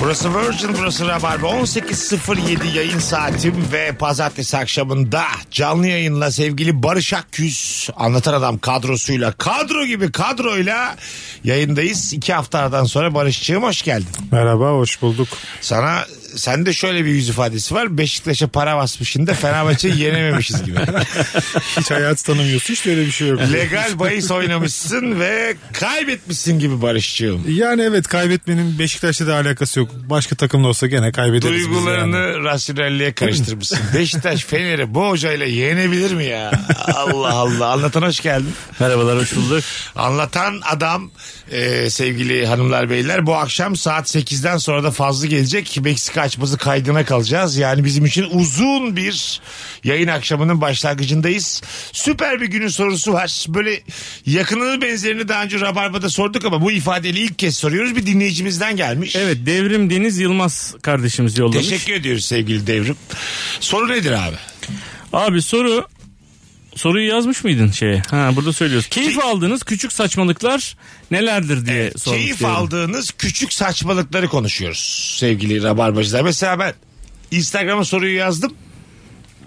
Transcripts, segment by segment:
Burası Virgin, burası Rabarba. 18.07 yayın saatim ve pazartesi akşamında canlı yayınla sevgili Barış Akgüz anlatan adam kadrosuyla, kadro gibi kadroyla yayındayız. İki haftadan sonra Barış'cığım hoş geldin. Merhaba, hoş bulduk. Sana sende şöyle bir yüz ifadesi var. Beşiktaş'a para basmışında Fenerbahçe'yi yenememişiz gibi. Hiç hayat tanımıyorsun, hiç öyle bir şey yok. Legal bahis oynamışsın ve kaybetmişsin gibi Barış'cığım. yani evet kaybetmenin Beşiktaş'la da alakası yok. Başka takımda olsa gene kaybederiz biz Duygularını yani. rasyonelliğe karıştırmışsın. Beşiktaş Fener'i bu hocayla yenebilir mi ya? Allah Allah. Anlatan hoş geldin. Merhabalar hoş bulduk. Anlatan adam e, sevgili hanımlar beyler bu akşam saat 8'den sonra da fazla gelecek. Meksika açması kaydına kalacağız. Yani bizim için uzun bir yayın akşamının başlangıcındayız. Süper bir günün sorusu var. Böyle yakınını benzerini daha önce Rabarba'da sorduk ama bu ifadeyle ilk kez soruyoruz. Bir dinleyicimizden gelmiş. Evet Devrim Deniz Yılmaz kardeşimiz yollamış. Teşekkür ediyoruz sevgili Devrim. Soru nedir abi? Abi soru soruyu yazmış mıydın şeye? Ha burada söylüyoruz. Keyif aldığınız küçük saçmalıklar nelerdir diye sormuş. Keyif Devrim. aldığınız küçük saçmalıkları konuşuyoruz sevgili Rabarbacılar. Mesela ben Instagram'a soruyu yazdım.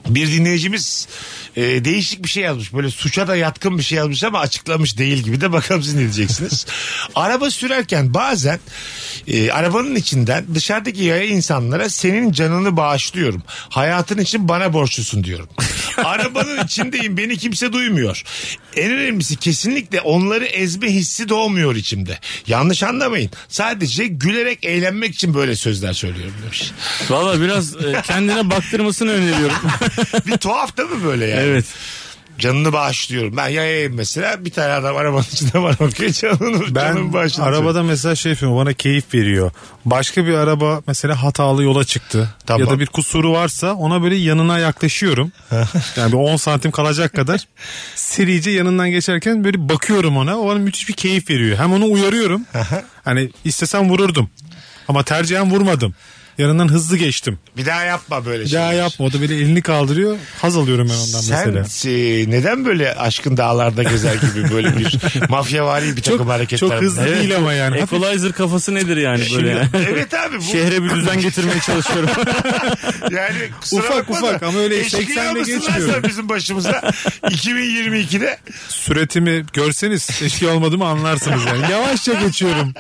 Bir dinleyicimiz e, değişik bir şey yazmış. Böyle suça da yatkın bir şey yazmış ama açıklamış değil gibi de bakalım siz ne diyeceksiniz. Araba sürerken bazen e, arabanın içinden dışarıdaki yaya insanlara senin canını bağışlıyorum. Hayatın için bana borçlusun diyorum. Arabanın içindeyim beni kimse duymuyor. En önemlisi kesinlikle onları ezme hissi doğmuyor içimde. Yanlış anlamayın. Sadece gülerek eğlenmek için böyle sözler söylüyorum demiş. Valla biraz e, kendine baktırmasını öneriyorum. Bir tuhaf değil mi böyle yani? evet. Canını bağışlıyorum. Ben yayayım mesela bir tane adam arabanın içinde bana bakıyor canını, Ben canını bağışlıyorum. arabada mesela şey yapıyorum bana keyif veriyor. Başka bir araba mesela hatalı yola çıktı. Tamam. Ya da bir kusuru varsa ona böyle yanına yaklaşıyorum. yani bir 10 santim kalacak kadar serice yanından geçerken böyle bakıyorum ona. O bana müthiş bir keyif veriyor. Hem onu uyarıyorum. hani istesem vururdum. Ama tercihen vurmadım. Yanından hızlı geçtim. Bir daha yapma böyle Bir Daha yapma. O da böyle elini kaldırıyor. Haz alıyorum ben ondan Sen mesela. e, neden böyle aşkın dağlarda gezer gibi böyle bir mafyavari bir takım hareketler? çok hızlı Evet. değil ama yani. Hafif- Equalizer kafası nedir yani böyle? Evet abi bu Şey, Şehre bir düzen getirmeye çalışıyorum. yani kusura Ufak bakma da ufak ama öyle eşkıya 80'le mısın lan sen geçmiyorum. bizim başımıza 2022'de Süretimi görseniz eşki olmadığımı anlarsınız yani. Yavaşça geçiyorum.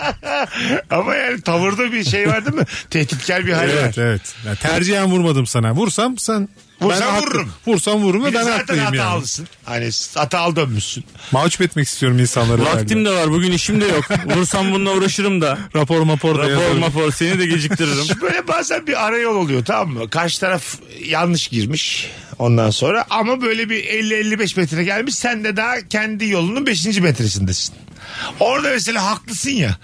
ama yani tavırda bir şey var değil mi? Tehditkar bir hal var. evet evet. Yani tercihen vurmadım sana. Vursam sen Vursam haklı- vururum. Vursam vururum ve Bir de ben zaten haklıyım yani. hatalısın. Hani hatalı dönmüşsün. Mahcup etmek istiyorum insanları. Vaktim de var bugün işim de yok. Vursam bununla uğraşırım da. herhalde. rapor mapor da Rapor yazarım. mapor seni de geciktiririm. Böyle bazen bir arayol oluyor tamam mı? Karşı taraf yanlış girmiş ondan sonra ama böyle bir 50-55 metre gelmiş sen de daha kendi yolunun 5. metresindesin. Orada mesela haklısın ya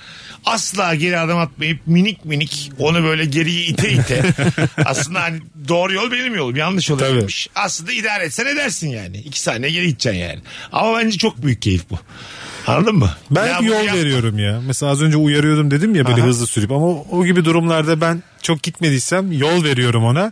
asla geri adım atmayıp minik minik onu böyle geriye ite ite aslında hani doğru yol benim yolum yanlış yol Tabii. yapmış. Aslında idare etsen edersin yani. iki saniye geri gideceksin yani. Ama bence çok büyük keyif bu. Anladın mı? Ben Ya hep bunu yol yap- veriyorum ya. Mesela az önce uyarıyordum dedim ya böyle hızlı sürüp ama o, o gibi durumlarda ben çok gitmediysem yol veriyorum ona.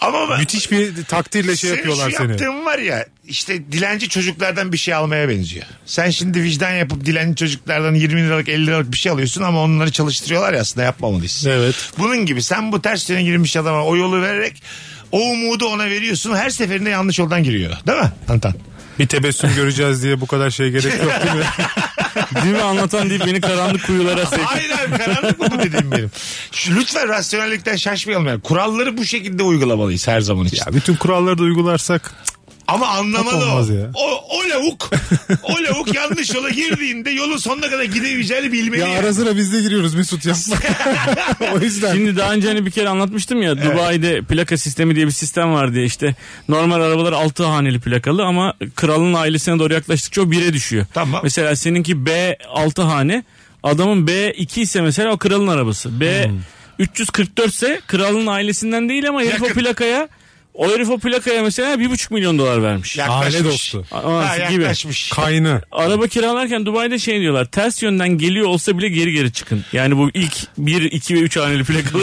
Ama ben- Müthiş bir takdirle şey Senin yapıyorlar şu seni. yaptığın var ya işte dilenci çocuklardan bir şey almaya benziyor. Sen şimdi vicdan yapıp dilenci çocuklardan 20 liralık 50 liralık bir şey alıyorsun ama onları çalıştırıyorlar ya aslında yapmamalıyız. Evet. Bunun gibi sen bu ters yöne girmiş adama o yolu vererek o umudu ona veriyorsun her seferinde yanlış yoldan giriyor. Değil mi Antan? Bir tebessüm göreceğiz diye bu kadar şey gerek yok değil mi? Değil mi anlatan değil beni karanlık kuyulara sevk. Aynen karanlık mı bu dediğim benim. Şu, lütfen rasyonellikten şaşmayalım yani. Kuralları bu şekilde uygulamalıyız her zaman için. Ya bütün kuralları da uygularsak Ama anlamalı Hak o. olmaz ya. o. O lavuk, o lavuk yanlış yola girdiğinde yolun sonuna kadar gidemeyeceğini bilmeli. ya yani. ara sıra biz de giriyoruz Mesut yapma. o yüzden. Şimdi daha önce hani bir kere anlatmıştım ya Dubai'de plaka sistemi diye bir sistem var diye işte normal arabalar 6 haneli plakalı ama kralın ailesine doğru yaklaştıkça o 1'e düşüyor. Tamam. Mesela seninki B 6 hane adamın B 2 ise mesela o Hmm. kralın arabası. B 344 ise kralın ailesinden değil ama herif o Yakın. plakaya O herif o plakaya mesela bir buçuk milyon dolar vermiş. Yaklaşmış. Aile dostu. Aa, Ha, gibi. yaklaşmış. Kaynı. Araba kiralarken Dubai'de şey diyorlar. Ters yönden geliyor olsa bile geri geri çıkın. Yani bu ilk 1, 2 ve 3 haneli plakalı.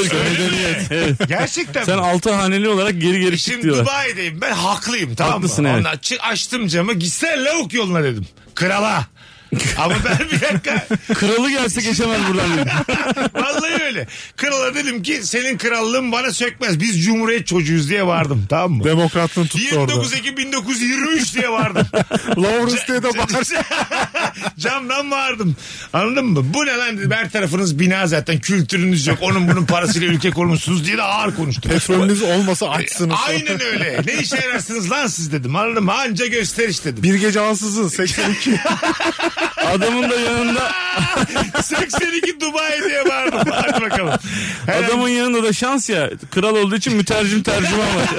evet. Gerçekten Sen mi? 6 haneli olarak geri geri çık Şimdi diyorlar. Dubai'deyim ben haklıyım tamam Haklısın, mı? evet. Ondan çı- açtım camı gitsen lavuk yoluna dedim. Krala. Ama ben bir dakika Kralı gelse geçemez buradan dedim. vallahi öyle. Krala dedim ki senin krallığın bana sökmez. Biz cumhuriyet çocuğuyuz diye vardım tamam mı? Demokrat'ın tuttu orada. 29 Ekim 1923 diye vardım. Lawrence diye de bağır. Camdan vardım. Anladın mı? Bu ne lan dedim. Her tarafınız bina zaten. Kültürünüz yok. Onun bunun parasıyla ülke kurmuşsunuz diye de ağır konuştum. Petrolünüz olmasa açsınız. Aynen öyle. Ne işe yararsınız lan siz dedim. Anladın mı? Anca gösteriş dedim. Bir gece ansızın 82. Adamın da yanında 82 Dubai diye vardım. Hadi bakalım. Her adamın yanında da şans ya. Kral olduğu için mütercim tercüman var.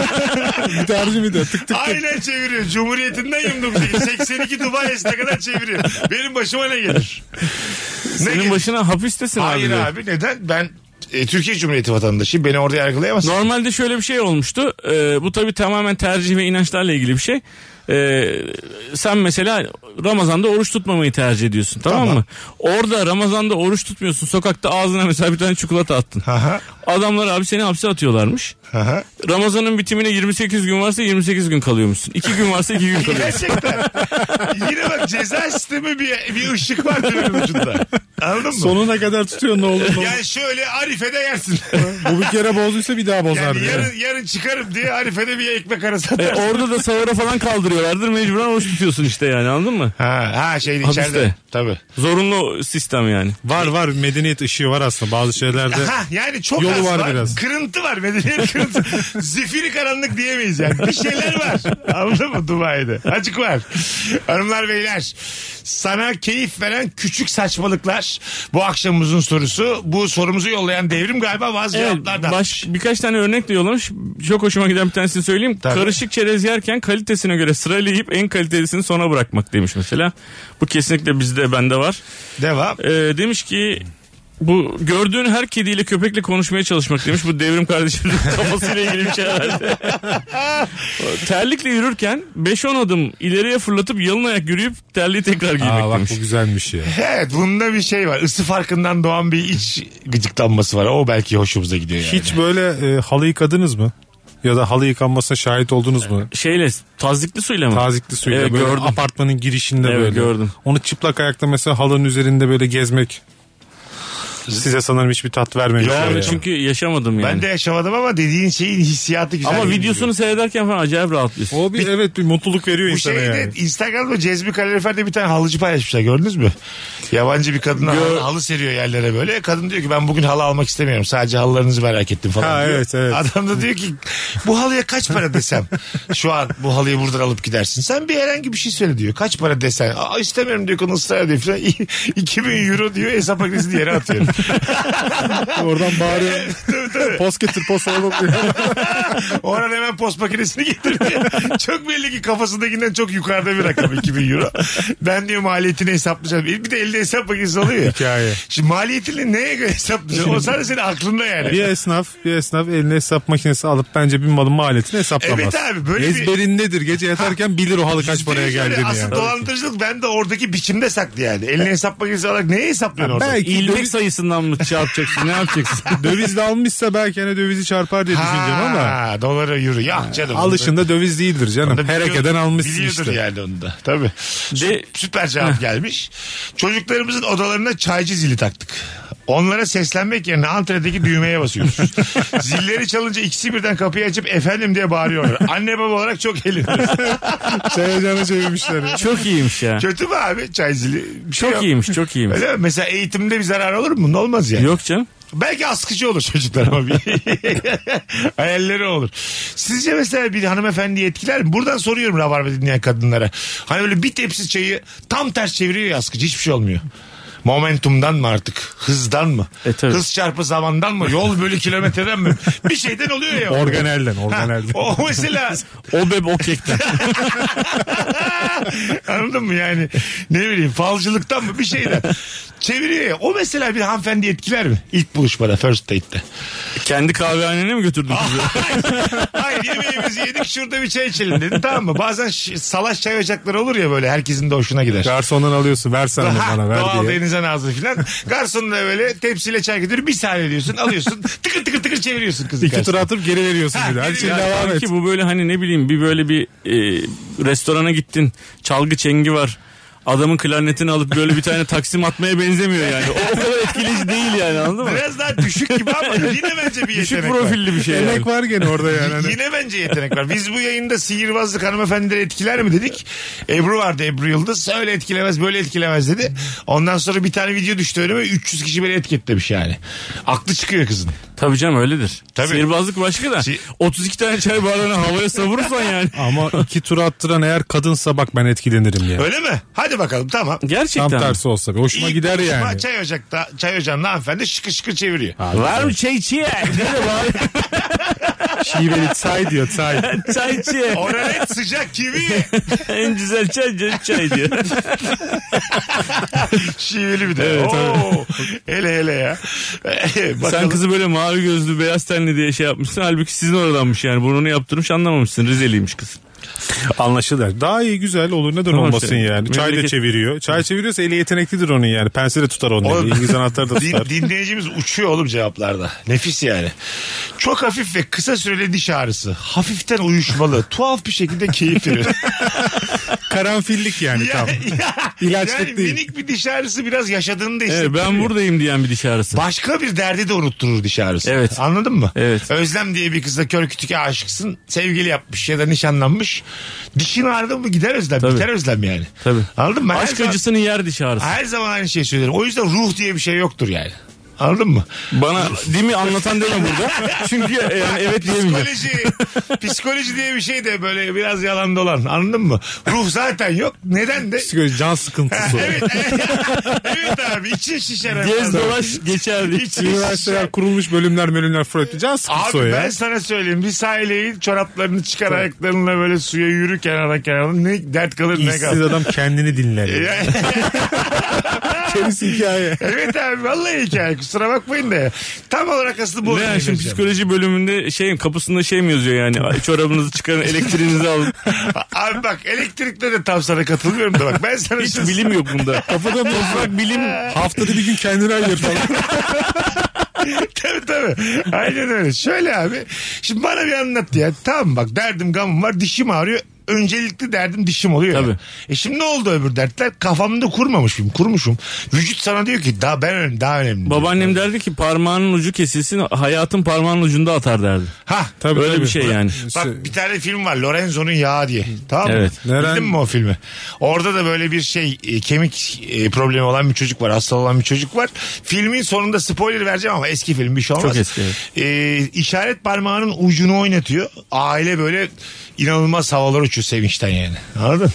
bir tercih de tık tık. Aynen çeviriyor. Cumhuriyetinden 29 Ekim. 82 Dubai'sine kadar çeviriyor. Benim başıma ne gelir? Ne Senin gelir? başına hapistesin Hayır abi. diyor. abi neden? Ben e, Türkiye Cumhuriyeti vatandaşıyım. Beni orada yargılayamazsın. Normalde şöyle bir şey olmuştu. Ee, bu tabii tamamen tercih ve inançlarla ilgili bir şey. Ee, sen mesela Ramazan'da oruç tutmamayı tercih ediyorsun tamam, Tamam. mı? Orada Ramazan'da oruç tutmuyorsun. Sokakta ağzına mesela bir tane çikolata attın. Aha, Adamlar abi seni hapse atıyorlarmış. aha. Ramazan'ın bitimine 28 gün varsa 28 gün kalıyormuşsun. 2 gün varsa 2 gün kalıyormuşsun. Gerçekten. Yine bak ceza sistemi bir, bir ışık var tünelin ucunda. Anladın mı? Sonuna kadar tutuyor ne olur ne olur. Yani şöyle Arife'de yersin. Bu bir kere bozduysa bir daha bozar. yani diyor. yarın, yarın çıkarım diye Arife'de bir ekmek arası E, atarsın. orada da sahura falan kaldırıyorlardır. Mecburen oruç tutuyorsun işte yani anladın mı? Ha, ha şey Hapiste. içeride. Tabii. Zorunlu sistem yani. Var var medeniyet ışığı var aslında bazı şeylerde. Ha, yani çok Yolu az var. var biraz. Kırıntı var. Medeniyet kırıntı. Zifiri karanlık diyemeyiz yani. Bir şeyler var. Anladın mı Dubai'de? Açık var. Hanımlar beyler. Sana keyif veren küçük saçmalıklar. Bu akşamımızın sorusu. Bu sorumuzu yollayan devrim galiba bazı Evet, cevaplardan. baş, birkaç tane örnek de yollamış. Çok hoşuma giden bir tanesini söyleyeyim. Tabii. Karışık çerez yerken kalitesine göre sırayla yiyip en kalitelisini sona bırakmak demiş mesela. Bu kesinlikle bizde bende var. Devam. Ee, demiş ki bu gördüğün her kediyle köpekle konuşmaya çalışmak demiş. Bu devrim kardeşimin kafasıyla ilgili bir şey herhalde. Terlikle yürürken 5-10 adım ileriye fırlatıp yalın ayak yürüyüp terliği tekrar giymek Aa bak demiş. bu güzelmiş ya. Evet bunda bir şey var. Isı farkından doğan bir iç gıcıklanması var. O belki hoşumuza gidiyor yani. Hiç böyle e, halı yıkadınız mı? Ya da halı yıkanmasına şahit oldunuz mu? Şeyle tazikli suyla mı? Tazikli suyla Evet, böyle gördüm. apartmanın girişinde Evet, böyle. gördüm. Onu çıplak ayakta mesela halının üzerinde böyle gezmek. Size sanırım hiçbir tat vermemiş. Yok, yani. Abi çünkü yaşamadım yani. Ben de yaşamadım ama dediğin şeyin hissiyatı güzel. Ama geliyor. videosunu seyrederken falan acayip rahatlıyorsun. O bir evet bir mutluluk veriyor Bu insana şeyde yani. şey Instagram'da Cezmi Kalorifer'de bir tane halıcı paylaşmışlar gördünüz mü? Yabancı bir kadına Gör- halı seriyor yerlere böyle. Kadın diyor ki ben bugün halı almak istemiyorum. Sadece halılarınızı merak ettim falan Ha, diyor. evet, evet. Adam da diyor ki bu halıya kaç para desem şu an bu halıyı buradan alıp gidersin. Sen bir herhangi bir şey söyle diyor. Kaç para desen. Aa, istemiyorum diyor konu ısrar ediyor falan. 2000 euro diyor hesap makinesini yere atıyorum. Oradan bağırıyor. Post getir post alalım diyor. Orhan hemen post makinesini getirdi. çok belli ki kafasındakinden çok yukarıda bir rakam 2000 euro. Ben diyor maliyetini hesaplayacağım. E, Bir de elde hesap makinesi oluyor ya. Hikaye. Şimdi maliyetini neye göre hesaplayacaksın? O sadece senin aklında yani. bir esnaf bir esnaf eline hesap makinesi alıp bence bir malın maliyetini hesaplamaz. Evet abi, böyle bir- Ezberin nedir? Gece yatarken bilir o halı kaç paraya Direkt öyle geldiğini yani. Aslında dolandırıcılık ben de oradaki biçimde saklı yani. Eline hesap makinesi olarak neye hesaplıyorsun orada? Belki İlmek döviz- sayısından mı çarpacaksın ne yapacaksın? dövizle almışsa belki hani dövizi çarpar diye düşüneceğim ama Ha, dolara euro. Ya canım. alışında döviz değildir canım. Onu da biliyor- Herekeden almışsın biliyordur işte. yani onu da. Tabii. De- Süper cevap gelmiş. Çocuklarımızın odalarına çaycı zili taktık. Onlara seslenmek yerine antredeki düğmeye basıyoruz. Zilleri çalınca ikisi birden kapıyı açıp efendim diye bağırıyorlar. Anne baba olarak çok elindeyiz. Çay ocağına çevirmişler. çok iyiymiş ya. Çok, Kötü mü abi çay zili? Bir şey yok. iyiymiş çok iyiymiş. Öyle mi? Mesela eğitimde bir zarar olur mu? Olmaz yani. Yok canım. Belki askıcı olur çocuklar ama bir hayalleri olur. Sizce mesela bir hanımefendi etkiler mi? Buradan soruyorum rabarba dinleyen kadınlara. Hani böyle bir tepsi çayı tam ters çeviriyor ya askıcı hiçbir şey olmuyor. Momentumdan mı artık? Hızdan mı? E, tabii. Hız çarpı zamandan mı? Yol bölü kilometreden mi? Bir şeyden oluyor ya. Organelden, organelden. o mesela O bebe o kekten. Anladın mı yani? Ne bileyim falcılıktan mı bir şeyden. Çeviriyor ya. O mesela bir hanımefendi etkiler mi? İlk buluşmada first date'te. Kendi kahvehanene mi götürdün Ah, kızı? Hayır yemeğimizi yedik şurada bir çay içelim dedi tamam mı? Bazen ş- salaş çay ocakları olur ya böyle herkesin de hoşuna gider. Garsondan alıyorsun versene Ha, bana ver doğal diye. denize nazlı filan. Garson da böyle tepsiyle çay getiriyor. Bir saniye diyorsun alıyorsun. Tıkır tıkır tıkır çeviriyorsun kızı. İki tur karşısına. atıp geri veriyorsun Ha, bir de. Her geri şey ver. devam et. Sanki bu böyle hani ne bileyim bir böyle bir e, restorana gittin. Çalgı çengi var. Adamın klarnetini alıp böyle bir tane taksim atmaya benzemiyor yani. O, o kadar etkileyici değil yani anladın mı? Biraz daha düşük gibi ama yine bence bir yetenek Düşük var. profilli bir şey yani. Emek var gene orada yani. Hani Yine bence yetenek var. Biz bu yayında sihirbazlık hanımefendileri etkiler mi dedik. Ebru vardı Ebru Yıldız. Öyle etkilemez böyle etkilemez dedi. Ondan sonra bir tane video düştü önüme. 300 kişi beni etiketlemiş yani. Aklı çıkıyor kızın. Tabii canım öyledir. Tabii. Sihirbazlık başka da. Si- 32 tane çay bardağını havaya savurursan yani. Ama iki tur attıran eğer kadınsa bak ben etkilenirim ya. Öyle mi? Hadi bakalım tamam. Gerçekten. Tam tersi olsa bir hoşuma İlk gider buluşma yani. Çay ocakta, çay ocağında hanımefendi şıkır şıkır çeviriyor. Var mı çay içiye? Nerede var? Şiveli çay diyor çay. çay içiye. Orada net sıcak kivi. en güzel çay çay, çay diyor. Şiveli bir de. Oo, hele hele ya. Ee, Sen Bakalım. kızı böyle mavi gözlü beyaz tenli diye şey yapmışsın. Halbuki sizin oradanmış yani. Burnunu yaptırmış anlamamışsın. Rizeliymiş kız. Anlaşılır. Daha iyi güzel olur neden Tamam olmasın işte. yani. Çay da Memleket- çeviriyor. Çay çeviriyorsa eli yeteneklidir onun yani. Pense de tutar onun Oğlum- eli. İngiliz anahtarı da tutar. Din- dinleyicimiz uçuyor oğlum cevaplarda. Nefis yani. Çok hafif ve kısa süreli diş ağrısı. Hafiften uyuşmalı. Tuhaf bir şekilde keyif veriyor. Karanfillik yani tam. İlaçlık yani değil. minik bir diş ağrısı biraz yaşadığını da Evet, hissettiriyor. ben buradayım diyen bir diş ağrısı. Başka bir derdi de unutturur diş ağrısı. Evet. Anladın mı? Evet. Özlem diye bir kızla kör kütüke aşıksın. Sevgili yapmış ya da nişanlanmış. Dişin ağrıdı mı gider özlem. Tabii. Biter özlem yani. Tabii. Anladın mı? Ben her Aşk zaman- acısını yer diş ağrısı. Her zaman aynı şeyi söylerim. O yüzden ruh diye bir şey yoktur yani. Anladın mı? Bana değil mi anlatan deme burada. Çünkü yani evet diyemeyeceğim. Psikoloji, psikoloji diye bir şey de böyle biraz yalan dolan anladın mı? Ruh zaten yok. Neden de? Psikoloji can sıkıntısı. evet, evet abi için şişer. Gez herhalde. dolaş geçer diye. İçin şişer. Üniversiteler kurulmuş bölümler bölümler Freud. Can sıkıntısı o Abi ya. ben sana söyleyeyim bir sahileyim çoraplarını çıkar ayaklarınla böyle suya yürü kenara kenara ne dert kalır ne İşsiz kalır. adam kendini dinler. ya. Gerisi hikaye. evet abi vallahi hikaye kusura bakmayın da ya. tam olarak aslında bu. Ne olduğunu yani şimdi bileceğim. psikoloji bölümünde şeyim kapısında şey mi yazıyor yani Ay, çorabınızı çıkarın elektriğinizi alın. Abi bak elektrikte de tam sana katılmıyorum da bak ben sana Hiç şunu- bilim yok bunda. Kafada toprak bilim. Haftada bir gün kendini ayır falan. tabii tabii. Aynen öyle. Şöyle abi. Şimdi bana bir anlat ya. Tamam bak derdim gamım var dişim ağrıyor. Öncelikli derdim dişim oluyor. ya. Tabii. E şimdi ne oldu öbür dertler? Kafamda kurmamışım, kurmuşum. Vücut sana diyor ki daha ben önemli, daha önemli. diyor. Babaannem derdi ki parmağının ucu kesilsin hayatın parmağının ucunda atar derdi. Ha. Tabii, Öyle tabii. bir şey yani. Bak bir tane film var Lorenzo'nun yağı diye. Tamam mı? Evet. Neren- Bildin mi o filmi? Orada da böyle bir şey e, kemik e, problemi olan bir çocuk var. Hasta olan bir çocuk var. Filmin sonunda spoiler vereceğim ama eski film bir şey olmaz. Çok eski, evet. E, işaret parmağının ucunu oynatıyor. Aile böyle inanılmaz havalar uçuyor sevinçten yani. Anladın?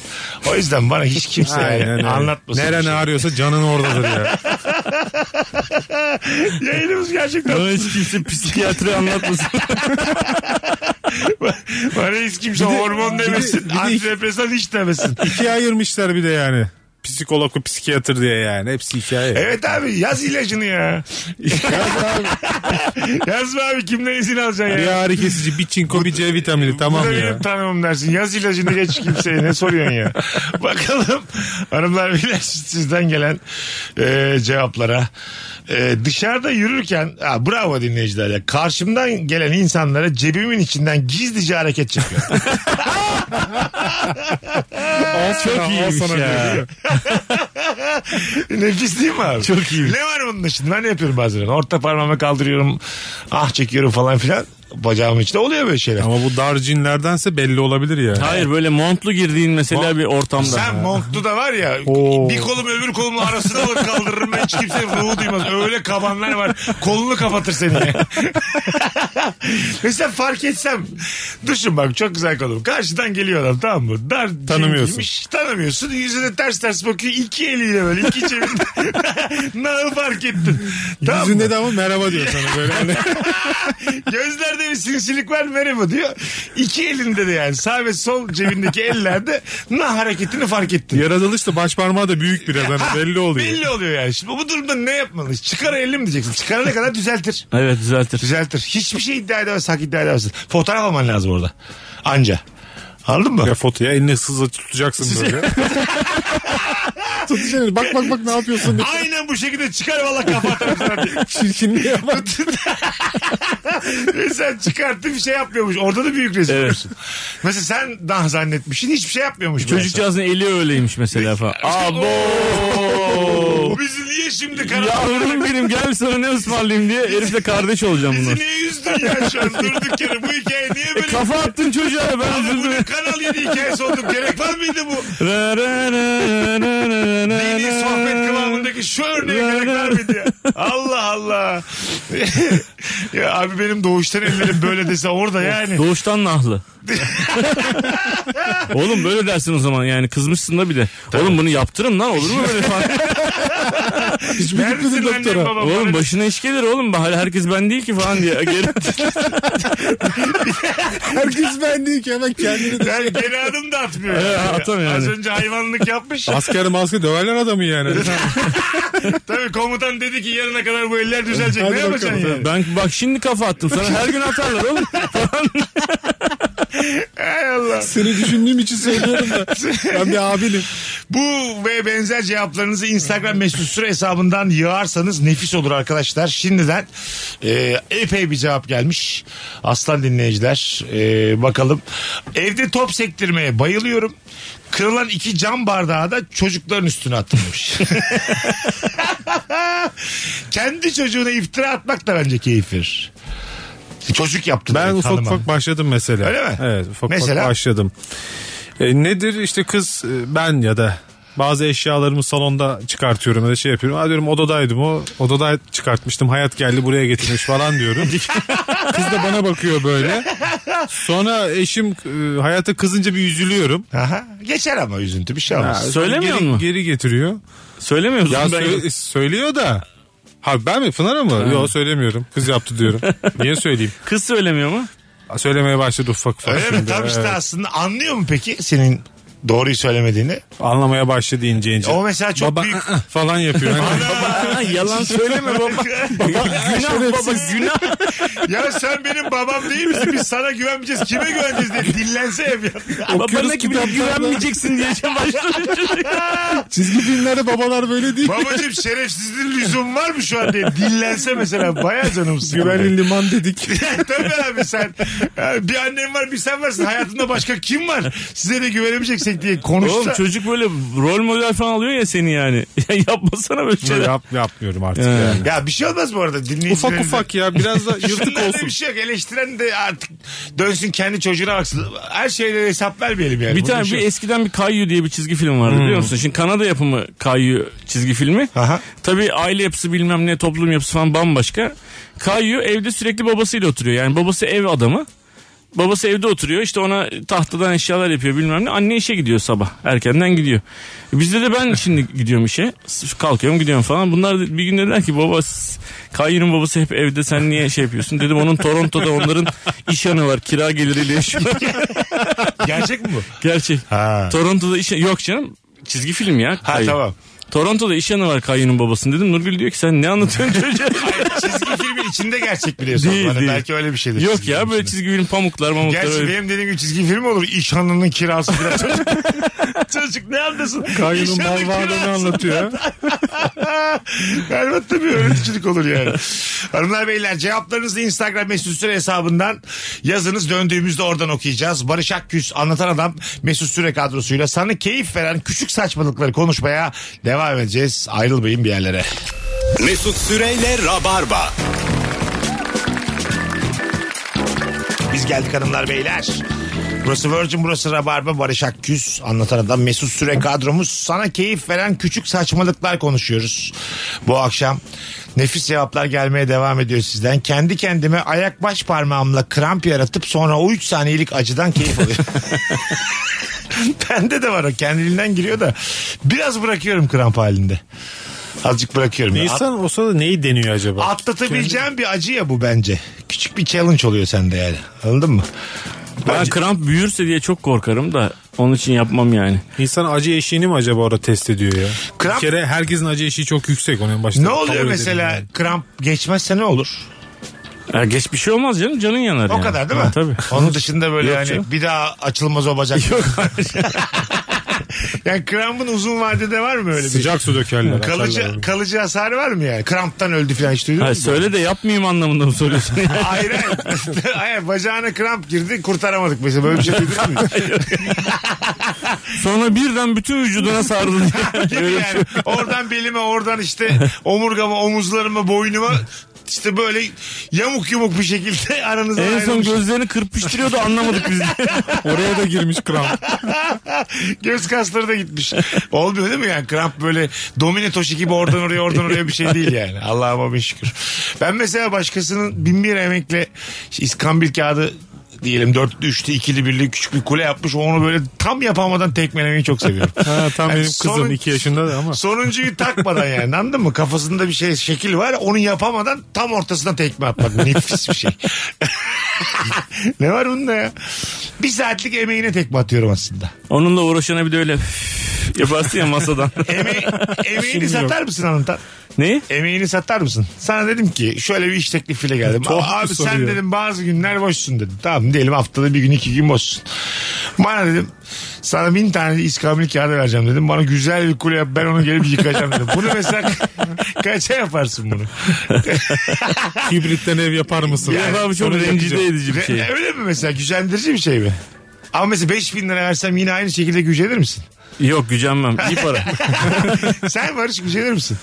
O yüzden bana hiç kimse Aynen yani öyle. anlatmasın. Neren bir şey. ağrıyorsa canın oradadır ya. Yayınımız gerçekten Ama hiç kimse psikiyatri anlatmasın. bana hiç kimse Bir de- hormon bir de- demesin. bir de- antidepresan hiç demesin. İkiye ayırmışlar bir de yani. Psikolog ve psikiyatr diye yani. Hepsi hikaye. Evet abi yaz ilacını ya. Yazma abi kimden izin alacaksın Bir ya? ağrı kesici, bir çinko, bir C vitamini. Tamam Bu da ya. benim tanımım dersin. Yaz ilacını geç kimseye ne soruyorsun ya. Bakalım hanımlar beyler sizden gelen e, cevaplara. E, dışarıda yürürken ha, bravo dinleyiciler ya. Karşımdan gelen insanlara cebimin içinden gizlice hareket çekiyor. Çok şey. iyiymiş ya. Nefis değil mi abi? Çok iyi. Ne var bunun şimdi? Ben de yapıyorum bazen. Orta parmağımı kaldırıyorum. Ah çekiyorum falan filan. bacağımın içinde oluyor böyle şeyler. Ama bu dar cinlerdense belli olabilir yani. Hayır böyle montlu girdiğin mesela bir ortamda. Sen montlu da var ya Oo. bir kolum öbür kolumun arasına alır kaldırırım ben hiç kimse ruhu duymaz. Öyle kabanlar var. Kolunu kapatır seni. ya. Mesela fark etsem düşün bak çok güzel kolum. Karşıdan geliyor adam tamam mı? Dar Tanımıyorsun. cinkiymiş, tanımıyorsun. Yüzüne ters ters bakıyor. iki eliyle böyle iki cebinde. Nağı fark ettin. Tamam mı? Yüzünde de ama merhaba diyor sana böyle. Hani Gözlerde bir sinsilik var merhaba diyor. İki elinde de yani sağ ve sol cebindeki ellerde nah hareketini fark ettin. yaratılış da baş parmağı da büyük biraz Ha, hani belli oluyor. Belli oluyor yani. Şimdi bu durumda ne yapmalı? Çıkar elim diyeceksin. Çıkarana kadar düzeltir. Evet düzeltir. Düzeltir. Hiçbir şey iddia edemez. Hak iddia edemezsin. Fotoğraf alman lazım orada. Anca. Anladın mı? Ya fotoya elini hızla tutacaksın böyle. Tutacaksın. Bak bak bak ne yapıyorsun diye. Aynen bu şekilde çıkar valla kafa atarım sana diye. Çirkinliğe bak. Mesela çıkarttı bir şey yapmıyormuş. Orada da büyük rezil Evet. olursun. Mesela sen daha zannetmişsin hiçbir şey yapmıyormuş. meğerse. Çocukcağızın eli öyleymiş mesela falan. Abo! Bizi niye şimdi karanlıkta Yavrum benim gel sana ne ısmarlayayım diye herifle kardeş olacağım Bizi bunlar. niye üzdün ya şu an durduk yere bu hikaye niye böyle Kafa attın çocuğa ben Abi özür bu ne dilerim. kanal yedi hikayesi olduk gerek var mıydı bu? Ra ra ra ra ra ra ra Dini ra. sohbet kıvamındaki şu örneğe gerek var mıydı ya? Allah Allah. ya abi benim doğuştan ellerim böyle dese orada yani. Doğuştan nahlı. Oğlum böyle dersin o zaman yani kızmışsın da bir de. Oğlum bunu yaptırın lan olur mu böyle falan. Hiçbir Neredesin gitmedin annem doktora. babam? oğlum başına iş gelir oğlum. Bak, Herkes ben değil ki falan diye. Geri- Herkes ben değil ki hemen kendini de. Ben geri adım da atmıyor. Evet, atamıyor Az yani. önce hayvanlık yapmış. Asker maske döverler adamı yani. Tabii komutan dedi ki yarına kadar bu eller düzelecek. Hadi ne yapacaksın bakalım. yani? ben bak şimdi kafa attım sana her gün atarlar oğlum. Hay Allah. Seni düşündüğüm için söylüyorum da. Ben bir abinim. Bu ve benzer cevaplarınızı Instagram mesut süre hesabından yığarsanız nefis olur arkadaşlar. Şimdiden e, epey bir cevap gelmiş. Aslan dinleyiciler e, bakalım. Evde top sektirmeye bayılıyorum. Kırılan iki cam bardağı da çocukların üstüne atılmış. Kendi çocuğuna iftira atmak da bence keyif verir. Çocuk yaptı. Ben demek ufak hanıma. ufak başladım mesela. Öyle mi? Evet ufak Mesela? ufak başladım. E, nedir işte kız e, ben ya da bazı eşyalarımı salonda çıkartıyorum ya da şey yapıyorum. Ha diyorum odadaydım o. Odada çıkartmıştım. Hayat geldi buraya getirmiş falan diyorum. kız da bana bakıyor böyle. Sonra eşim e, hayata kızınca bir üzülüyorum. Aha, geçer ama üzüntü bir şey olmaz. Ha, söylemiyor geri, mu? Geri getiriyor. Söylemiyor musun? Ya ben sö- söylüyor da. Ha ben mi Pınar'a mı? Yok söylemiyorum. Kız yaptı diyorum. Niye söyleyeyim? Kız söylemiyor mu? Söylemeye başladı ufak ufak. Öyle mi? şimdi, Tam işte evet. aslında anlıyor mu peki senin doğruyu söylemediğini? Anlamaya başladı ince ince. O mesela çok Baba, büyük- "Ah, ah" falan yapıyor. Hani Baba, yalan söyleme baba. günah baba günah. ya sen benim babam değil misin? Biz sana güvenmeyeceğiz. Kime güveneceğiz diye dillense ev ya. Babana Okuyoruz gibi kitaplarda. güvenmeyeceksin diye başlıyor. çizgi filmlerde babalar böyle değil. Babacım şerefsizliğin lüzum var mı şu an diye dillense mesela bayağı canım sıkılır. Güvenli liman dedik. Tabii abi sen yani bir annem var bir sen varsın hayatında başka kim var size de güvenemeyeceksek diye konuşsa Oğlum çocuk böyle rol model falan alıyor ya seni yani. Ya Yapmasana böyle şeyler. Yap, yapmıyorum artık Ee. yani. ya bir şey olmaz bu arada dinleyicilerin Ufak de- ufak ya biraz da yırtık Şunlarda olsun. bir şey yok eleştiren de artık dönsün kendi çocuğuna baksın her şeyle hesap vermeyelim yani Bir Bunun tane şey bir yok. Hmm. eskiden bir Kayyu diye bir çizgi film vardı biliyor musun? Şimdi Kanada yapımı Kayyu çizgi filmi. Aha. Tabii aile yapısı bilmem ne toplum yapısı falan bambaşka. Kayyu evde sürekli babasıyla oturuyor. Yani babası ev adamı. Babası evde oturuyor işte ona tahtadan eşyalar yapıyor bilmem ne. Anne işe gidiyor sabah erkenden gidiyor. Bizde de ben şimdi gidiyorum işe S- kalkıyorum gidiyorum falan. Bunlar da- bir gün dediler ki baba s- Kayyu'nun babası hep evde sen niye şey yapıyorsun? Dedim onun Toronto'da onların iş anı var kira geliriyle yaşıyor. gerçek mi bu? Gerçek. Ha. Toronto'da iş yok canım. Çizgi film ya. Ha Kayı. tamam. Toronto'da iş yanı var Kayı'nın babasının dedim. Nurgül diyor ki sen ne anlatıyorsun çocuğa? Çizgi filmin içinde gerçek biliyorsun. Değil, Hani değil. Belki öyle bir şeydir. yok çizgi ya filmin böyle içinde. çizgi film pamuklar mamuklar. Gerçi öyle. benim dediğim gibi çizgi film olur. İş hanının kirası falan. Çocuk, çocuk ne anlasın? Kayyum'un İş hanının barbarlığını kirası. anlatıyor. Elbette bir öğreticilik olur yani. Hanımlar beyler cevaplarınızı Instagram mesut süre hesabından yazınız. Döndüğümüzde oradan okuyacağız. Barış Akgüz anlatan adam mesut süre kadrosuyla sana keyif veren küçük saçmalıkları konuşmaya devam edeceğiz. Ayrılmayın bir yerlere. Mesut Süreyle Rabarba. geldik hanımlar beyler. Burası Virgin, burası Rabarba, Barış Akgüz. Anlatan adam Mesut Süre kadromuz. Sana keyif veren küçük saçmalıklar konuşuyoruz. Bu akşam nefis cevaplar gelmeye devam ediyor sizden. Kendi kendime ayak baş parmağımla kramp yaratıp sonra o 3 saniyelik acıdan keyif alıyorum. Bende de var o kendiliğinden giriyor da. Biraz bırakıyorum kramp halinde. Azıcık bırakıyorum. ya. At- İnsan o sırada neyi deniyor acaba? atlatabileceğin bir acı ya bu bence. Küçük bir challenge oluyor sende yani. Anladın mı? Ben kramp büyürse diye çok korkarım da onun için yapmam yani. İnsan acı eşiğini mi acaba orada test ediyor ya? Kramp- Bir kere herkesin acı eşiği çok yüksek onun en başta. Ne Kabul oluyor edelim mesela yani. kramp geçmezse ne olur? Ya geç bir şey olmaz canım canın yanar O yani. kadar değil mi? Ha, tabii. Onun dışında böyle Yok yani canım. bir daha açılmaz o bacak. Yok. yani krampın uzun vadede var mı öyle bir? şey? Sıcak su dökerler. atarlar Kalıcı, abi. kalıcı hasarı var mı yani? Kramptan öldü falan hiç duydun Ha, mu? söyle de yapmayayım anlamında mı soruyorsun? ya? Hayır hayır. hayır. Bacağına kramp girdi kurtaramadık mesela. Böyle bir şey duydun mu? Sonra birden bütün vücuduna sarılın. Gibi yani. Oradan belime oradan işte omurgama omuzlarıma boynuma işte böyle yamuk yumuk bir şekilde aranızda en son ayrılmış. gözlerini kırpıştırıyordu anlamadık biz. Oraya da girmiş kramp. Göz kasları da gitmiş. Olmuyor değil mi yani? Kramp böyle domine toşi gibi oradan oraya oradan oraya bir şey değil yani. Allah'ıma bin şükür. Ben mesela başkasının bin bir emekle işte iskambil kağıdı diyelim dörtlü üçlü ikili birli küçük bir kule yapmış onu böyle tam yapamadan tekmelemeyi çok seviyorum. Ha, tam Yani benim sonun- kızım 2 yaşında da ama. Sonuncuyu takmadan yani anladın mı? Kafasında bir şey şekil var onu yapamadan tam ortasına tekme atmak nefis bir şey. ne var bunda ya? Bir saatlik emeğine tekme atıyorum aslında. Onunla uğraşana bir de öyle yaparsın ya masadan. Eme- emeğini satar mısın Anıtan? Neyi? Emeğini satar mısın? Sana dedim ki şöyle bir iş teklifiyle geldim. Tuhaf bir abi sen soru ya. dedim bazı günler boşsun dedim. Tamam diyelim haftada bir gün iki gün boşsun. Bana dedim sana bin tane iskambil kağıdı vereceğim dedim. Bana güzel bir kule yap ben onu gelip yıkacağım dedim. Bunu mesela kaça yaparsın bunu? Hibritten ev yapar mısın? Yani, abi çok Onu rencide yapacağım. edici bir şey. Re- Öyle mi mesela gücendirici bir şey mi? Ama mesela 5000 lira versem yine aynı şekilde gücenir misin? Yok gücenmem. İyi para. Sen Barış gücenir misin?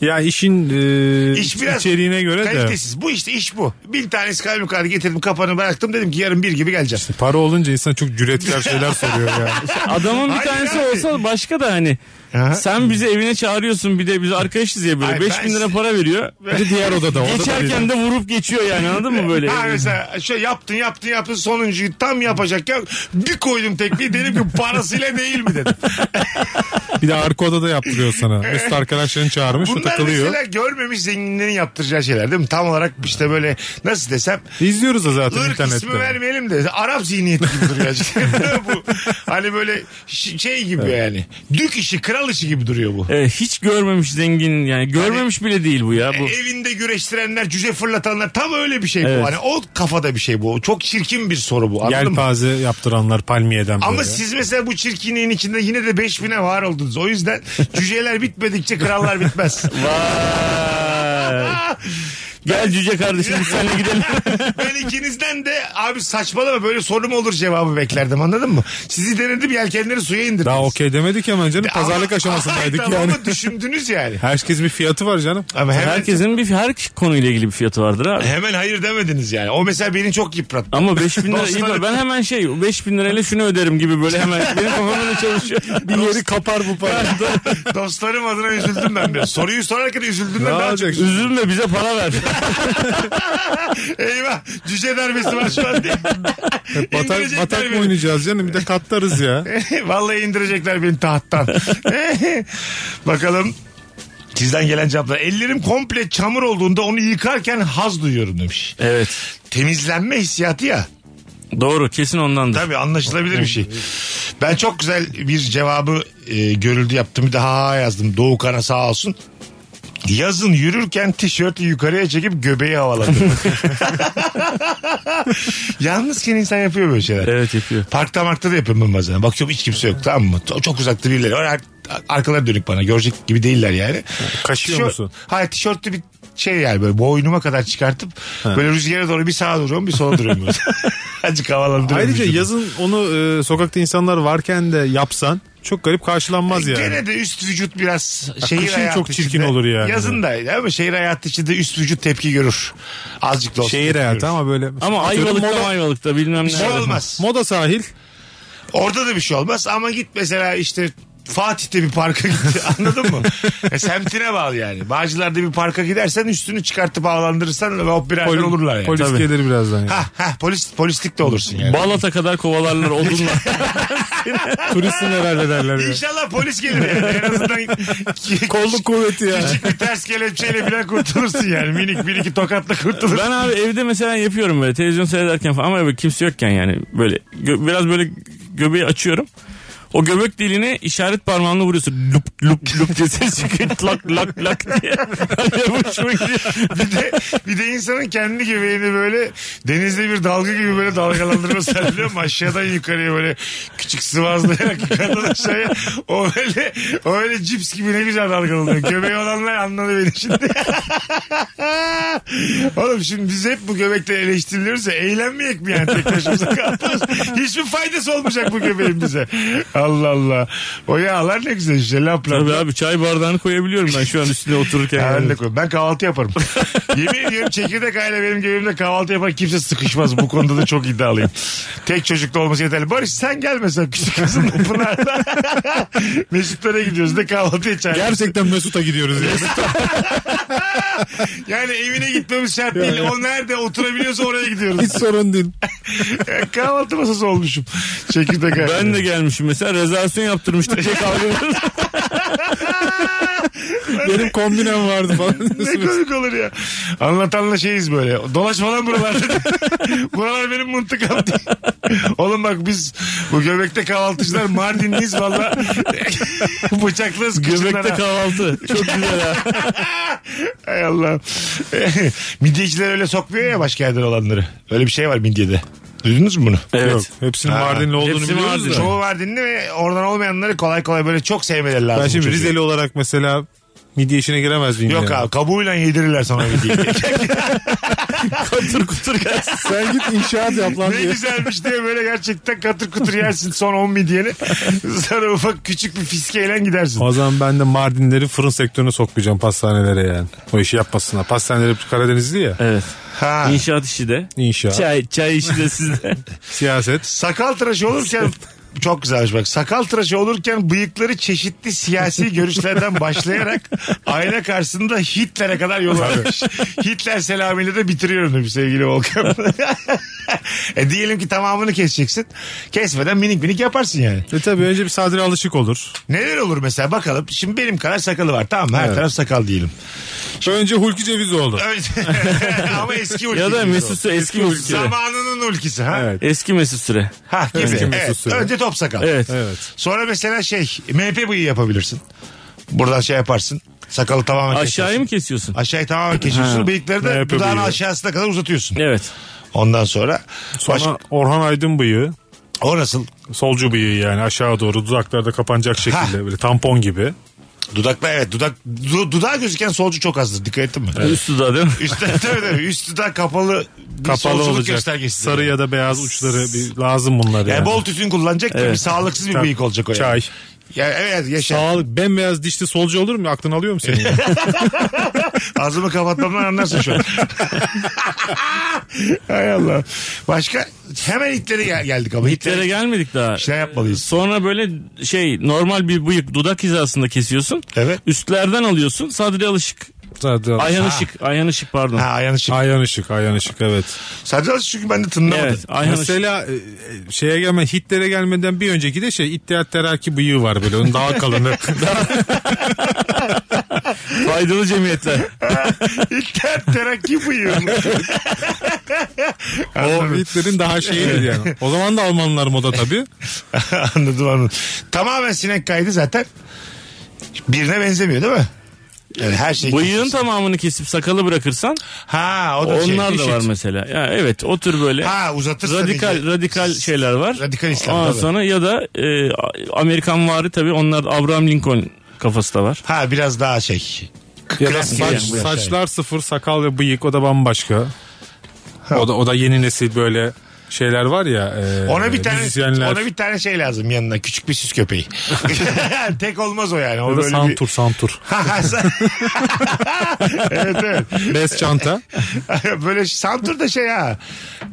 Ya işin e, İş biraz içeriğine göre de. Kalitesiz. Bu işte iş bu. Bin tane iskambil kağıdı getirdim kapanı bıraktım dedim ki yarın bir gibi geleceğim. Para olunca insan çok cüretkar şeyler soruyor ya. Adamın bir Hayır tanesi abi. olsa başka da hani. Aha. Sen bizi evine çağırıyorsun bir de biz arkadaşız ya Ay, böyle. ben 5 bin lira para veriyor. Bir de diğer odada. orada da Geçerken değil. de vurup geçiyor yani anladın mı böyle? Ha mesela şöyle yaptın yaptın yaptın sonuncuyu tam yapacakken bir koydum tekniği dedim ki parasıyla değil mi dedim. bir de arka odada yaptırıyor sana. Mesut arkadaşlarını çağırmış o Bunlar takılıyor. mesela görmemiş zenginlerin yaptıracağı şeyler değil mi? Tam olarak işte böyle nasıl desem İzliyoruz da zaten ırk internette. ismi vermeyelim de Arap zihniyeti gibi duruyor. açıkçası. Değil mi bu? Hani böyle ş- şey gibi yani. Dük işi kral işi gibi duruyor bu. E, hiç görmemiş zengin yani görmemiş bile değil bu ya bu. Evinde güreştirenler, cüce fırlatanlar tam öyle bir şey bu. Evet. Hani o kafada bir şey bu. Çok çirkin bir soru bu. Anladın mı? Yelpaze yaptıranlar palmiyeden böyle. Ama siz mesela bu çirkinliğin içinde yine de 5000'e var oldunuz. O yüzden cüceler bitmedikçe krallar bitmez. Vay. Ee, Gel cüce kardeşim biz seninle gidelim. ben ikinizden de abi saçmalama böyle sorum olur cevabı beklerdim anladın mı? Sizi denedim yelkenleri suya indirdiniz. Daha okey demedik hemen canım. Pazarlık Ama- aşamasındaydık Ay, tamam yani. ama düşündünüz yani. Herkes bir fiyatı var canım. Ama hemen, Herkesin bir her konuyla ilgili bir fiyatı vardır abi. hemen hayır demediniz yani. O mesela beni çok yıprattı. Ama 5000 lira iyi Dostlar- para. Ben hemen şey 5000 lirayla şunu öderim gibi böyle hemen benim kafamda da çalışıyor. Bir yeri kapar bu para. Dostlarım adına üzüldüm ben biraz. Soruyu sorarken üzüldüm Ne ben daha çok. olacak? Üzülme bize para ver. Eyvah cüce darbesi var şu an diye. Batak, İndirecekler batak mı beni. oynayacağız canım? Bir de katlarız ya. Vallahi indirecekler beni tahttan. Bakalım sizden gelen cevaplar. Ellerim komple çamur olduğunda onu yıkarken haz duyuyorum demiş. Evet. Temizlenme hissiyatı ya. Doğru kesin ondandır. Tabii anlaşılabilir bir şey. Ben çok güzel bir cevabı e, görüldü yaptım. Bir daha ha yazdım. Doğu Kan'a sağ olsun. Yazın yürürken tişörtü yukarıya çekip göbeği havaladım. Yalnızken insan yapıyor böyle şeyler. Evet yapıyor. Parkta markta da yapıyorum ben bazen. Bakıyorum hiç kimse yok tamam mı? Çok- Çok uzakta birileri var. Ar- Arkaları dönük bana. Görecek gibi değiller yani. Kaşıyor Tişört- musun? Hayır tişörtlü bir şey yani böyle boynuma kadar çıkartıp böyle rüzgara doğru bir sağa duruyorum bir sola duruyorum. böyle. Azıcık havalandırıyorum. Ayrıca vücudumu. yazın onu e, sokakta insanlar varken de yapsan çok garip karşılanmaz yani. E, Gene de üst vücut biraz şehir kışın hayatı çok çirkin içinde- olur yani. Yazın da öyle ama şehir hayatı içinde üst vücut tepki görür. Azıcık da olsa. Şehir tepki hayatı görür. ama böyle. Ama Atıyorum Ayvalık'ta moda, Ayvalık'ta bilmem Bir şey ne. olmaz. moda sahil. Orada da bir şey olmaz ama git mesela işte Fatih'te bir parka git. Anladın mı? E, semtine bağlı yani. Bağcılar'da bir parka gidersen üstünü çıkartıp ağlandırırsan hop birader poli- olurlar yani. Polis Tabii. gelir birazdan. yani. Ha, ha, polis, polislik de olursun yani. Balata kadar kovalarlar odunla. Turistin herhalde derler. ya. İnşallah polis gelir yani. En azından Kolluk kuvveti ya. küçük bir ters kelepçeyle bile kurtulursun yani. Minik bir iki tokatla kurtulursun. ben abi evde mesela yapıyorum böyle televizyon seyrederken falan ama böyle kimse yokken yani böyle gö- biraz böyle göbeği açıyorum. O göbek deliğine işaret parmağınla vuruyorsun. Lup lup lup diye ses çıkıyor. Lak lak lak diye. Hani bu hoşuma gidiyor. bir de, bir de insanın kendi göbeğini böyle denizde bir dalga gibi böyle dalgalandırması var biliyor musun? Aşağıdan yukarıya böyle küçük sıvazlayarak yukarıdan aşağıya o öyle, o öyle cips gibi ne güzel dalgalanıyor. Göbeği olanlar anladı beni şimdi. Oğlum şimdi biz hep bu göbekten eleştiriliyoruz ya eğlenmeyek mi yani tek başımıza kaldığımız? Hiçbir faydası olmayacak bu göbeğin bize. Allah Allah. O yağlar ne güzel işte lap lap. Tabii abi çay bardağını koyabiliyorum ben şu an üstüne otururken. Ya ben yani. de koyarım. Ben kahvaltı yaparım. Yemin ediyorum çekirdek aile benim göbeğimde kahvaltı yapan kimse sıkışmaz. Bu konuda da çok iddialıyım. Tek çocuklu olması yeterli. Barış sen gel mesela küçük kızın Pınar'da. Mesutlara gidiyoruz da kahvaltıya çağırıyoruz. Gerçekten Mesut'a gidiyoruz yani. Yani evine gitmemiz şart değil. O nerede oturabiliyorsa oraya gidiyoruz. Hiç sorun değil. kahvaltı masası olmuşum. Çekirdek aile. Ben de gelmişim mesela rezervasyon yaptırmıştık diye kavga ediyoruz. Benim kombinem vardı falan. Ne komik olur ya. Anlatanla şeyiz böyle. Dolaş falan buralarda. Buralar benim mıntıkam değil. Oğlum bak biz bu göbekte kahvaltıcılar Mardinliyiz valla. Bıçaklıyız. Göbekte Göbekte kahvaltı. Çok güzel ha. Hay Allah. Midyeciler öyle sokmuyor ya başka yerden olanları. Öyle bir şey var midyede. Duydunuz mu bunu? Yok, hepsinin Mardinli olduğunu Hepsi biliyoruz Mardinli. da. Çoğu Mardinli ve oradan olmayanları kolay kolay böyle çok sevmeleri lazım. Ben şimdi bu çocuğu. Rizeli olarak mesela midye işine giremez miyim? Yok yani? abi kabuğuyla yedirirler sana midyeyi. Katır kutur gelsin. Sen git inşaat yap lan Ne güzelmiş diye böyle gerçekten katır kutur yersin son 10 midyeni. Sonra ufak küçük bir fiskeyle gidersin. O zaman ben de Mardinleri fırın sektörüne sokmayacağım pastanelere yani. O işi yapmasınlar. Pastaneler hep Karadenizli ya. Evet. Ha. İnşaat işi de. İnşaat, Çay, çay işi de sizde. siyaset. Sakal tıraşı olurken çok güzelmiş bak. Sakal tıraşı olurken bıyıkları çeşitli siyasi görüşlerden başlayarak ayna karşısında Hitler'e kadar yol almış. Hitler selamıyla da bitiriyorum demiş sevgili Volkan. e diyelim ki tamamını keseceksin. Kesmeden minik minik yaparsın yani. E tabii önce bir sadire alışık olur. Neler olur mesela bakalım. Şimdi benim kadar sakalı var tamam mı? Her taraf sakal diyelim. Önce Hulki Cevizoğlu. Evet. Ama eski ulkisi. ya da Mesut Süre eski Mesut Süre. Zamanının ulkisi ha. Evet. Eski Mesut Süre. Ha gibi. Eski Mesut Evet. Süre. Önce top sakal. Evet. Evet. Sonra mesela şey MHP bıyığı yapabilirsin. Buradan şey yaparsın. Sakalı tamamen Aşağıya kesiyorsun. mı kesiyorsun? Aşağıya tamamen kesiyorsun. Ha. Bıyıkları da MHP dudağın bıyığı. aşağısına kadar uzatıyorsun. Evet. Ondan sonra. Sonra Baş- Orhan Aydın bıyığı. O nasıl? Solcu bıyığı yani aşağı doğru dudaklarda kapanacak şekilde Ha. böyle tampon gibi. Dudakla evet. Dudak, du- dudağı gözüken solcu çok azdır. Dikkat ettin mi? Üst dudağı değil mi? Üst, tabii, tabii. Üst dudak kapalı. bir Kapalı solculuk olacak. göstergesi. Sarı ya da beyaz uçları bir lazım bunlar yani. Yani bol tütün kullanacak ki bir sağlıksız bir Tabii. bıyık olacak o yani. Çay. Ya, evet yaşa. Sağlık bembeyaz dişli solcu olur mu? Aklını alıyor musun? Yani? Ağzımı kapatmamdan anlarsın şu an. Hay Allah. Başka hemen Hitler'e gel- geldik ama. Hitlere Hitler'e gelmedik daha. şey yapmalıyız. Sonra böyle şey normal bir bıyık dudak hizasında kesiyorsun. Evet. Üstlerden alıyorsun. Sadri alışık. Zaten- Ayhan Işık. Ayhan Işık pardon. Ha ayağını şık. Ayhan Işık, Ayhan Işık evet. Sadece alışık çünkü ben de tınlamadım. Evet. Ayhan Işık. Mesela e, e, şeye gelme Hitler'e gelmeden bir önceki de şey İttihat Terakki bıyığı var böyle onun daha kalını. Faydalı cemiyetler. Hitler terakki bıyığı. o Hitler'in daha şeyidir yani. O zaman da Almanlar moda tabii. anladım anladım. Tamamen sinek kaydı zaten. Birine benzemiyor değil mi? Yani her şey. Bıyığın tamamını kesip sakalı bırakırsan Ha o da şey. onlar da var Eşit. mesela. Ya evet o tür böyle. Ha uzatırsan. radikal iyice. radikal şeyler var. Radikal İslam, Ondan tabii. sonra ya da e, Amerikan varı tabii onlar da Abraham Lincoln kafası da var. Ha biraz daha şey. Ya da Klasik saç- yani bu yaşlar. saçlar sıfır, sakal ve bıyık o da bambaşka. O da, o da yeni nesil böyle şeyler var ya. e, Ona bir tane müzisyenler. ona bir tane şey lazım yanına. Küçük bir süs köpeği. Tek olmaz o yani. O ya da böyle bir- santur santur. evet evet. Bez çanta. böyle santur da şey ha.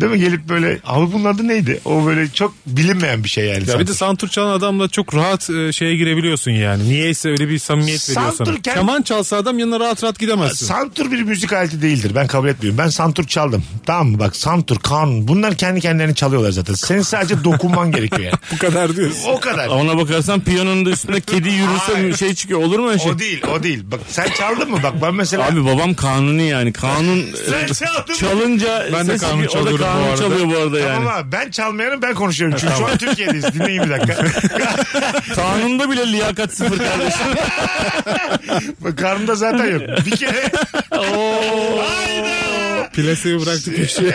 Değil mi? Gelip böyle abi bunun adı neydi? O böyle çok bilinmeyen bir şey yani. Ya santur. bir de santur çalan adamla çok rahat e, şeye girebiliyorsun yani. Niyeyse öyle bir samimiyet veriyor Santur sana. kend- Keman çalsa adam yanına rahat rahat gidemezsin. Santur bir müzik aleti değildir. Ben kabul etmiyorum. Ben santur çaldım. Tamam mı? Bak santur, kan bunlar kendi kendilerini çalıyorlar zaten. Senin sadece dokunman gerekiyor yani. Bu kadar diyorsun. O kadar. Ona bakarsan piyanonun da üstünde kedi yürürse Hayır. bir şey çıkıyor. Olur mu öyle şey? O değil, o değil. Bak sen çaldın mı? Bak ben mesela Abi babam kanuni yani. Kanun sen e, çaldın mı? çalınca Ben de ses- kanun o da çalıyorum bu kanun arada. çalıyor bu arada yani. Tamam abi ben çalmayanım ben konuşuyorum çünkü şu an Türkiye'deyiz dinleyin bir dakika. Kanunda bile liyakat sıfır kardeşim. Bak, Karnımda zaten yok. Bir kere Plaseyi bıraktık köşeye.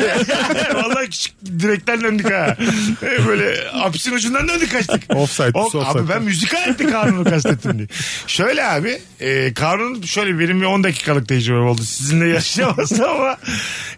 Vallahi küçük direkten döndük ha. Ee, Böyle hapsin ucundan döndük kaçtık. Offside, O- offside. Abi ben müzikal etti kanunu kastettim diye. Şöyle abi e, kanun şöyle benim bir 10 dakikalık tecrübem oldu. Sizinle yaşayamazsın ama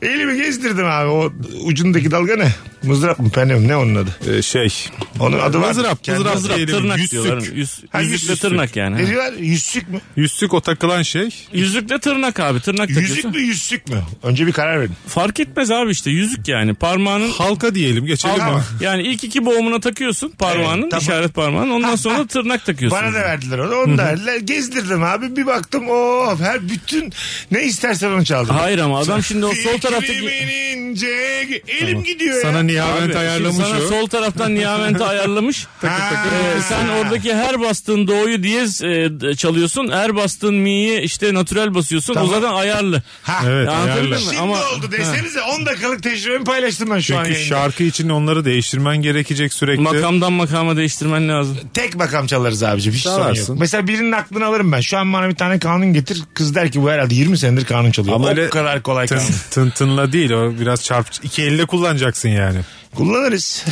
elimi gezdirdim abi. O ucundaki dalga ne? Mızrap mı penne mi ne onun adı? Ee, şey. Onun adı var. Mızrap, Kendi- mızrap. Mızrap, Diyelim, tırnak yüzsük. diyorlar. Yüz, Ha, yüzükle yüzsük. tırnak yani. Ne Ha. diyorlar? Yüzsük mü? Yüzsük o takılan şey. Yüzükle tırnak abi. Tırnak Yüzük takıyorsun. mü yüzsük mü? Önce bir karar verin. Fark etmez abi işte yüzük yani. Parmağının Halka diyelim geçelim Halka. ama. yani ilk iki boğumuna takıyorsun parmağının Evet, tamam. işaret parmağının ondan sonra tırnak takıyorsun. Bana da verdiler onu. Onu da verdiler. Gezdirdim abi. Bir baktım o her bütün ne istersen onu çaldım. Hayır ama adam şimdi o sol Fikrimin taraftaki ince elim gidiyor Sana ya. nihavent Abi, ayarlamış şimdi sana o. sol taraftan Nihavent'i ayarlamış. Ee, sen oradaki her bastığın doğuyu diyez e, d- çalıyorsun. Her bastığın mi'yi işte natürel basıyorsun. O zaten ayarlı. Ha. Evet Anlatabildim ayarla. mi? Şimdi Ama- oldu desenize 10 dakikalık tecrübemi paylaştım ben şu an Çünkü yayında. şarkı için onları değiştirmen gerekecek sürekli. Makamdan makama değiştirmen lazım. Tek makam çalarız abicim hiç sorun yok. Çalarsın. Mesela birinin aklını alırım ben. Şu an bana bir tane kanun getir. Kız der ki bu herhalde 20 senedir kanun çalıyor. Ama o öyle kadar kolay Tın, kanun. tın tınla değil o biraz çarp iki elle kullanacaksın yani. Kullanırız.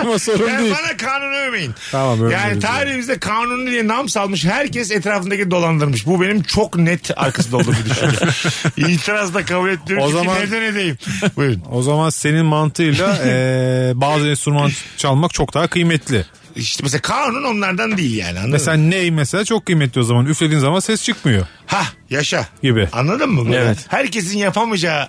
Ama sorun yani değil. bana kanun övmeyin. Tamam, övmeyiz Yani yani. tarihimizde kanun diye nam salmış herkes etrafındaki dolandırmış. Bu benim çok net arkasında olduğum bir düşünce. İtiraz da kabul etmiyorum. O O zaman... zaman- Neden edeyim? Buyurun. O zaman senin mantığıyla eee, bazı enstrüman çalmak çok daha kıymetli. İşte mesela kanun onlardan değil yani anladın mı? Mesela ney mesela çok kıymetli o zaman. Üflediğin zaman ses çıkmıyor. Ha yaşa. Gibi. Anladın mı? Böyle Evet. Herkesin yapamayacağı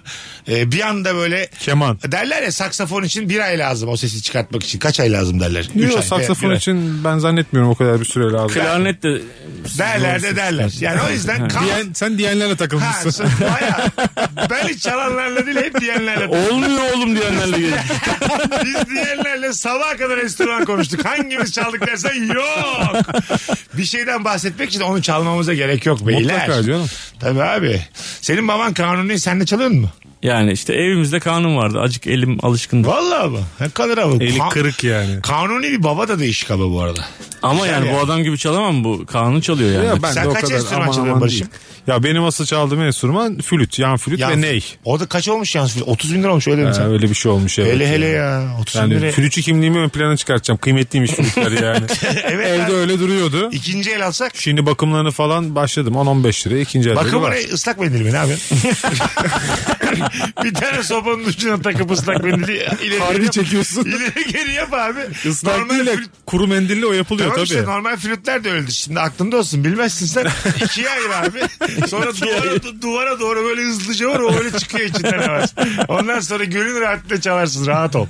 e, bir anda böyle Keman. derler ya saksafon için bir ay lazım o sesi çıkartmak için. Kaç ay lazım derler? Üç Yok ay, saksafon bir ay. için ben zannetmiyorum o kadar bir süre lazım. Klarnet de Derler de derler. Yani o yüzden kan... Diyen- sen diyenlerle Ha, takılmışsın. sen- bayağı. ben hiç çalanlarla değil hep diyenlerle. olmuyor oğlum diyenlerle geliyor. Biz diyenlerle sabaha kadar restoran konuştuk. Hangimiz çaldık dersen yok. Bir şeyden bahsetmek için onu çalmamıza gerek yok beyler. Mutlaka canım. Tabii abi. Senin baban kanuni sen de çalıyorsun mu? Yani işte evimizde kanun vardı. Acık elim alışkındı. Vallahi mı? Ne kadar abi. Eli Ka- kırık yani. Kanuni bir baba da değişik abi bu arada. Ama yani bu adam gibi çalamam bu. Kanun çalıyor yani. Ya ben Sen de o kaç kadar enstrüman aman çalıyorsun aman Barış'ım? değil. Ya benim asıl çaldığım enstrüman flüt, yan flüt Ya, ve ney. O da kaç olmuş yalnız? 30 bin lira olmuş öyle mi Ha, sen? öyle bir şey olmuş evet. Hele hele Yani. ya. 30 bin lira. Yani flütçü kimliğimi ön plana çıkartacağım. Kıymetliymiş flütler yani. Evet Evde abi. öyle duruyordu. İkinci el alsak. Şimdi bakımlarını falan başladım. 10-15 liraya ikinci elde Bakın var. oraya ıslak mendil mi ne yapıyorsun? bir tane sopanın ucuna takıp ıslak mendili ileri Harbi geri yap. çekiyorsun. İleri geri yap abi. Islak Normal değil de flüt- kuru mendille o yapılıyor Tamam tabii. işte normal flütler de öyledir. Şimdi aklında olsun bilmezsin sen. İkiye ayır abi. Sonra duvara, duvara doğru böyle hızlıca var o öyle çıkıyor içinden hemen. Ondan sonra gönül rahatlığıyla çalarsın rahat ol.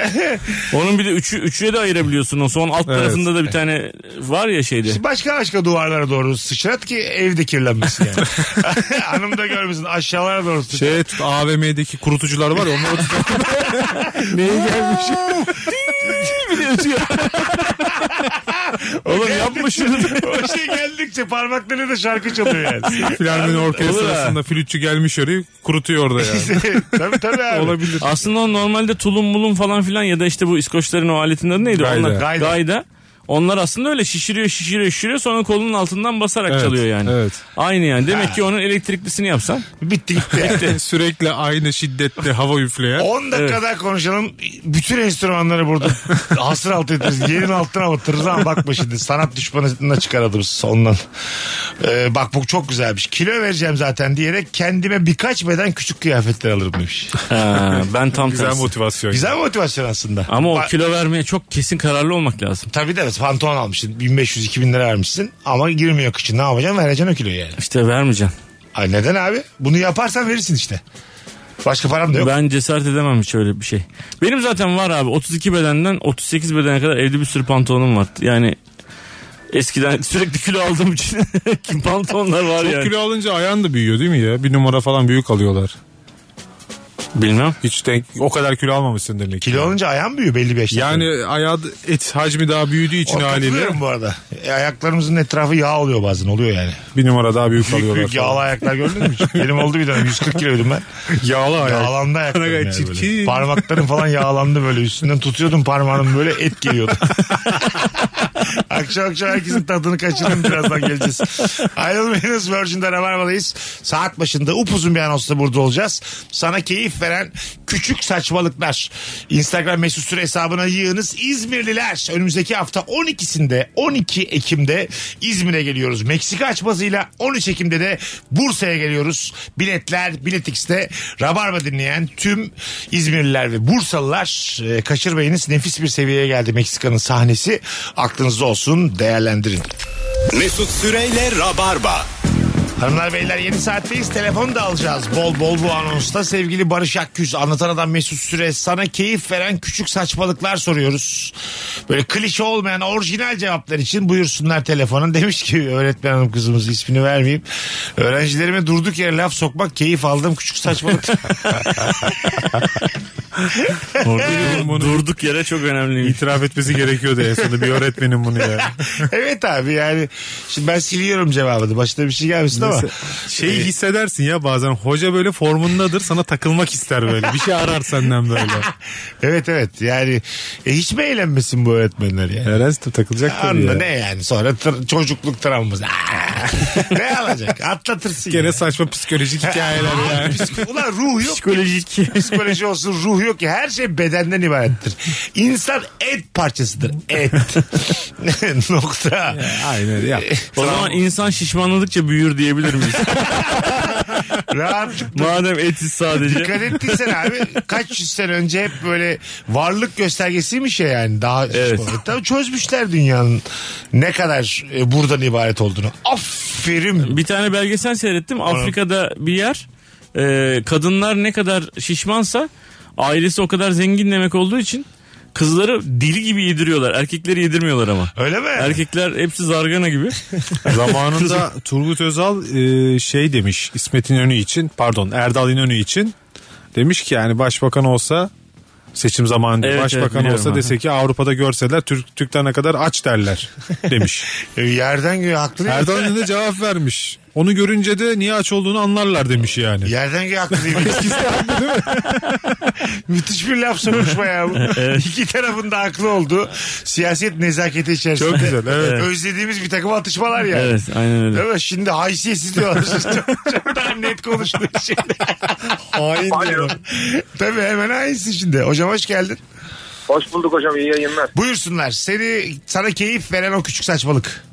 Onun bir de üçü, üçüye de ayırabiliyorsun. O son alt tarafında da bir tane var ya şeyde. başka başka duvarlara doğru sıçrat ki evde kirlenmesin yani. Hanım da görmesin aşağılara doğru sıçrat. Şey tut, AVM'deki kurutucular var ya onları tut. Neye gelmiş? Oğlum yapma şunu. o şey geldikçe parmakları da şarkı çalıyor yani. Filarmoni orkestrasında flütçü gelmiş oraya kurutuyor orada yani. tabii tabii abi. Olabilir. Aslında o normalde tulum bulum falan filan ya da işte bu İskoçların o aletinin adı neydi? Gayda. Onlar, Gayda. gayda. Onlar aslında öyle şişiriyor şişiriyor şişiriyor sonra kolunun altından basarak Evet, çalıyor yani. evet. Aynı yani. Demek ki onun elektriklisini yapsan. Bitti gitti. Sürekli aynı şiddette hava üfleyen. 10 dakika daha konuşalım. Bütün enstrümanları burada hasır altı ederiz. Yerin altına batırırız ama bakma şimdi. Sanat düşmanına çıkar adımız ondan. Ee, bak bu çok güzelmiş. Kilo vereceğim zaten diyerek kendime birkaç beden küçük kıyafetler alırım demiş. Ha, ben tam Güzel tersi. motivasyon. Güzel motivasyon aslında. Ama o Ba- kilo vermeye çok kesin kararlı olmak lazım. Tabii de pantolon almışsın. 1500-2000 lira vermişsin. Ama girmiyor kışın. Ne yapacaksın? Vereceksin o kiloyu yani. İşte vermeyeceğim. Ay neden abi? Bunu yaparsan verirsin işte. Başka param da yok. Ben cesaret edemem hiç öyle bir şey. Benim zaten var abi 32 bedenden 38 bedene kadar evde bir sürü pantolonum var. Yani eskiden sürekli kilo aldığım için kim pantolonlar var Çok yani. kilo alınca ayağın da büyüyor değil mi ya? Bir numara falan büyük alıyorlar. Bilmem. Hiç denk, o kadar kilo almamışsın demek. ki. Kilo olunca ayağım büyüyor belli bir yaşta. Yani ayağı et hacmi daha büyüdüğü için O haliyle katılıyorum bu arada. E, ayaklarımızın etrafı yağ oluyor bazen oluyor yani. bir numara daha büyük Büyük alıyorlar. büyük yağlı falan. ayaklar gördün mı? hiç? Benim oldu bir dönem 140 kiloydum ben. Yağlı ayak. Yağlandı ayaklarım Ne kadar yani böyle. çirkin. Parmaklarım falan yağlandı böyle üstünden tutuyordum parmağım böyle et geliyordu. akşam akşam herkesin tadını kaçırdım birazdan geleceğiz. Ayrılmayınız Virgin'de Rabarba'dayız. Saat başında upuzun bir anonsla burada olacağız. Sana keyif veren küçük saçmalıklar. Instagram mesut süre hesabına yığınız. İzmirliler önümüzdeki hafta 12'sinde 12 Ekim'de İzmir'e geliyoruz. Meksika açmasıyla 13 Ekim'de de Bursa'ya geliyoruz. Biletler Bilet X'te Rabarba dinleyen tüm İzmirliler ve Bursalılar e, kaçırmayınız. Nefis bir seviyeye geldi Meksika'nın sahnesi. Aklınızda olsun değerlendirin. Mesut Süreyle Rabarba. Hanımlar beyler yeni saatteyiz. Telefon da alacağız. Bol bol bu anonsta sevgili Barış Akgüz, anlatan adam Mesut Süre sana keyif veren küçük saçmalıklar soruyoruz. Böyle klişe olmayan orijinal cevaplar için buyursunlar telefona. Demiş ki öğretmen hanım kızımız ismini vermeyeyim. Öğrencilerime durduk yere laf sokmak keyif aldığım küçük saçmalık. Orada bunu Durduk yere çok önemli. itiraf etmesi gerekiyordu en sonunda bir öğretmenin bunu ya. evet abi yani şimdi ben siliyorum cevabını. Başına bir şey gelmesin ama. Şeyi Şey hissedersin ya bazen hoca böyle formundadır sana takılmak ister böyle. Bir şey arar senden böyle. Evet evet yani e, hiç mi eğlenmesin bu öğretmenler yani? Herhalde takılacak tabii Anla ya. ne yani sonra tır- çocukluk travması. Aa! ne alacak? Atlatırsın. Gene ya. saçma psikolojik hikayeler yani. Psik- Ulan ruh yok. Psikolojik. Psikoloji olsun ruh yok ki her şey bedenden ibarettir. İnsan et parçasıdır. Et. Nokta. Aynen ya. E, o zaman insan şişmanladıkça büyür diyebilir miyiz? Rahatlık Madem etiz sadece. Dikkat ettiysen abi kaç yüz sene önce hep böyle varlık göstergesiymiş ya yani daha E, Evet. Tabii çözmüşler dünyanın ne kadar e, buradan ibaret olduğunu. Aferin. Bir tane belgesel seyrettim. Afrika'da bir yer. e, kadınlar ne kadar şişmansa ailesi o kadar zengin demek olduğu için kızları dili gibi yediriyorlar. Erkekleri yedirmiyorlar ama. Öyle mi? Erkekler hepsi zargana gibi. Zamanında Turgut Özal e, şey demiş İsmet İnönü için pardon Erdal İnönü için demiş ki yani başbakan olsa seçim zamanı Evet, evet, başbakan biliyorum olsa abi. dese ki Avrupa'da görseler Türk Türkler ne kadar aç derler demiş. E, Yerden göğe haklı. ya. Erdal İnönü de cevap vermiş. Onu görünce de niye aç olduğunu anlarlar demiş yani. Yerden göğe haklı değil mi? Müthiş bir laf sokmuş bayağı bu. İki tarafın da haklı olduğu siyaset nezaketi içerisinde. Çok güzel, evet. Özlediğimiz bir takım atışmalar yani. Evet aynen öyle. Değil mi? Şimdi haysiyetsiz diyorlar. çok, çok daha net konuştuğu şimdi. Hain diyor. Tabii hemen aynısı şimdi. Hocam hoş geldin. Hoş bulduk hocam iyi yayınlar. Buyursunlar. Seni sana keyif veren o küçük saçmalık.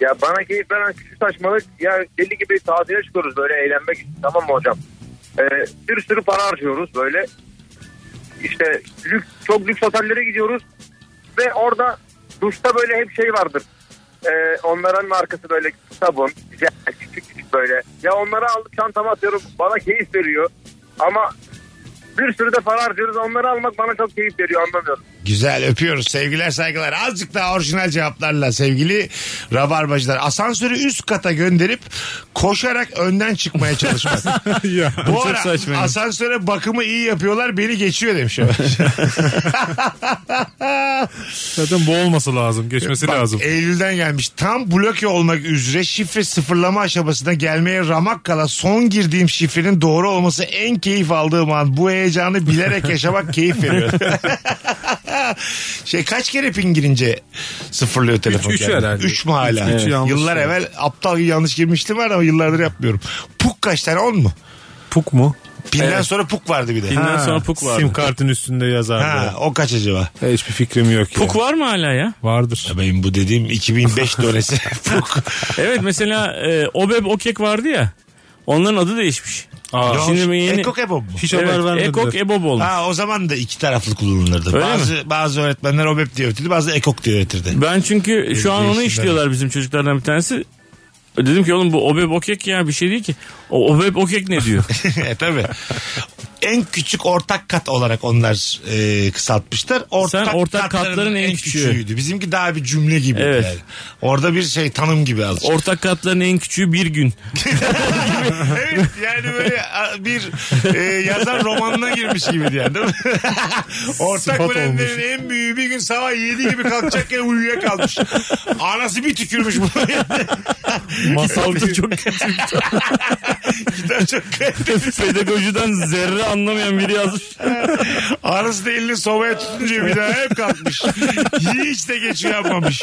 Ya bana keyif veren küçük saçmalık ya deli gibi tatile çıkıyoruz böyle eğlenmek için tamam mı hocam? Ee, bir sürü para harcıyoruz böyle. İşte lüks, çok lüks otellere gidiyoruz ve orada duşta böyle hep şey vardır. Ee, onların markası böyle sabun, jel, küçük küçük böyle. Ya onları alıp çantama atıyorum bana keyif veriyor. Ama bir sürü de para harcıyoruz onları almak bana çok keyif veriyor anlamıyorum. Güzel öpüyoruz. Sevgiler saygılar. Azıcık daha orijinal cevaplarla sevgili rabarbacılar. Asansörü üst kata gönderip koşarak önden çıkmaya çalışmak. ya. Bu Çok ara saçma ya. asansöre bakımı iyi yapıyorlar beni geçiyor demiş o. Zaten bu olması lazım. Geçmesi Bak, e, lazım. Eylül'den gelmiş. Tam bloke olmak üzere şifre sıfırlama aşamasına gelmeye ramak kala son girdiğim şifrenin doğru olması en keyif aldığım an. Bu heyecanı bilerek yaşamak keyif veriyor. şey kaç kere pin girince sıfırlıyor telefon. üç kendini? herhalde. Üç mü hala? Üç, üç yanlış. şey. Yıllar evvel aptal gibi yanlış girmiştim var ama yıllardır yapmıyorum. Puk kaç tane on mu? Puk mu? Pinden sonra puk vardı bir de. Pinden Ha. sonra puk vardı. Sim kartın üstünde yazardı. Ha, o kaç acaba? E, Hiçbir fikrim yok ya. Puk var mı hala ya? Vardır. Ya Benim bu dediğim 2005 dönesi puk. Evet mesela e, Obeb Okek vardı ya. Onların adı değişmiş. Aa. Şimdi mi yeni- Ekok Ebo mu? Hiç haber Ekok vermediler. Ebob olmuş. Ha, o zaman da iki taraflı kullanılırdı. Öyle bazı bazı öğretmenler obep diye öğretirdi, bazı ekok diye öğretirdi. Ben çünkü şu an onu Değişti işliyorlar bizim çocuklardan bir tanesi. Dedim ki oğlum bu Obeb Okek ya bir şey değil ki. O Obeb Okek ne diyor? e, tabii. En küçük ortak kat olarak onlar e, kısaltmışlar. Ortak Sen ortak katların en küçüğü. küçüğüydü. Bizimki daha bir cümle gibi Evet. yani. Orada bir şey tanım gibi azıcık. Ortak katların en küçüğü bir gün. evet yani böyle a, bir e, yazar romanına girmiş gibi yani değil mi? Ortak Sıfat bölenlerin en büyüğü bir gün sabah 7 gibi kalkacakken uyuyakalmış. Anası bir tükürmüş bunu. Masal Altı çok Kitap çok kaliteli. pedagojiden zerre anlamayan biri yazmış. Arası da elini sobaya tutunca bir daha hep kalkmış. Hiç de geç uyanmamış.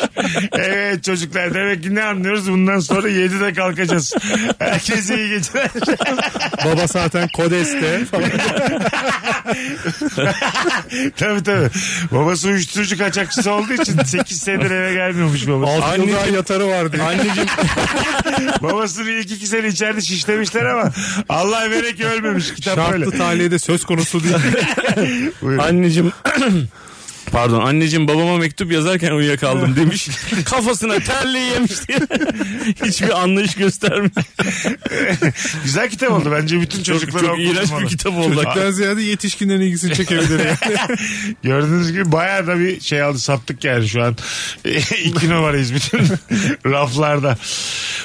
Evet çocuklar demek ki ne anlıyoruz? Bundan sonra 7'de kalkacağız. Herkese iyi geceler. Baba zaten Kodes'te falan. tabii tabii. Babası uyuşturucu kaçakçısı olduğu için 8 senedir eve gelmiyormuş babası. Altı yıl daha yatarı vardı. Anneciğim Babasını ilk iki sene içeride şişlemişler ama Allah vere ki ölmemiş. Kitap böyle. Şartlı taliyede söz konusu değil. Buyurun. anneciğim Pardon anneciğim babama mektup yazarken uyuyakaldım demiş. Kafasına terliği yemiş diye. Hiçbir anlayış göstermiyor. Güzel kitap oldu. Bence bütün Çok, çocuklar çok iğrenç bir okumalı. kitap oldu. Çocuktan ziyade yetişkinlerin ilgisini çekebilir. yani. Gördüğünüz gibi bayağı da bir şey aldı sattık yani şu an. İki numarayız bütün raflarda.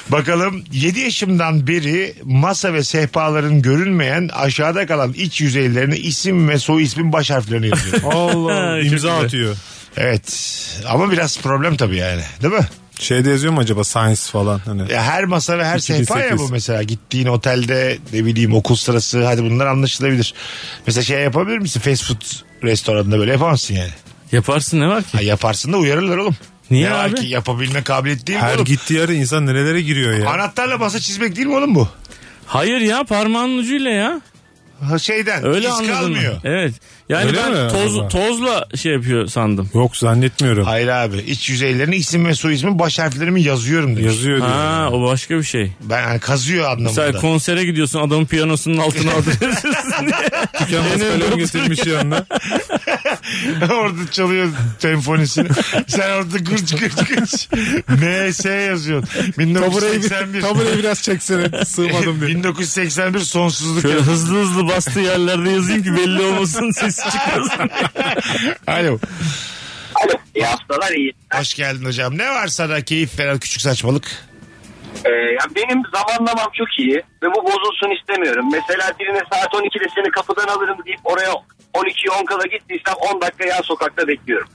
Bakalım 7 yaşımdan beri masa ve sehpaların görünmeyen aşağıda kalan iç yüzeylerine isim ve soy ismin baş harflerini yazıyor. Allah imza Çok atıyor. evet ama biraz problem tabii yani değil mi? Şeyde yazıyor mu acaba science falan hani. Ya her masa ve her sehpa ya 2008. bu mesela gittiğin otelde ne bileyim okul sırası hadi bunlar anlaşılabilir. Mesela şey yapabilir misin fast food restoranında böyle yapamazsın yani. Yaparsın ne var ki? Ha, yaparsın da uyarırlar oğlum. Niye ne var abi? ki yapabilme kabiliyeti değil mi Her oğlum? gittiği yere insan nerelere giriyor ya. Anahtarla masa çizmek değil mi oğlum bu? Hayır ya parmağının ucuyla ya. Ha, Şeyden Öyle iz anladın kalmıyor. mı? Evet. Yani Öyle ben mi toz, acaba? tozla şey yapıyor sandım. Yok zannetmiyorum. Hayır abi iç yüzeylerine isim ve soy ismi baş harflerimi yazıyorum diyor. Yazıyor diyor. Ha o başka bir şey. Ben hani kazıyor anlamında. Mesela konsere gidiyorsun adamın piyanosunun altına aldırıyorsun diye. Dükkan Yeni kalem doktor getirmiş yanına. orada çalıyor senfonisini. Sen orada gırç gırç gırç. NS yazıyorsun. 1981. Tabureyi biraz çeksene. Sığmadım diye. 1981 sonsuzluk. Şöyle hızlı hızlı bastığı yerlerde yazayım ki belli olmasın sesi çıkmasın. Alo. Alo. İyi haftalar iyi. Hoş geldin hocam. Ne var sana keyif veren küçük saçmalık? Ee, ya benim zamanlamam çok iyi ve bu bozulsun istemiyorum. Mesela birine saat 12'de seni kapıdan alırım deyip oraya 12'ye 10 kala gittiysem 10 dakika yan sokakta bekliyorum.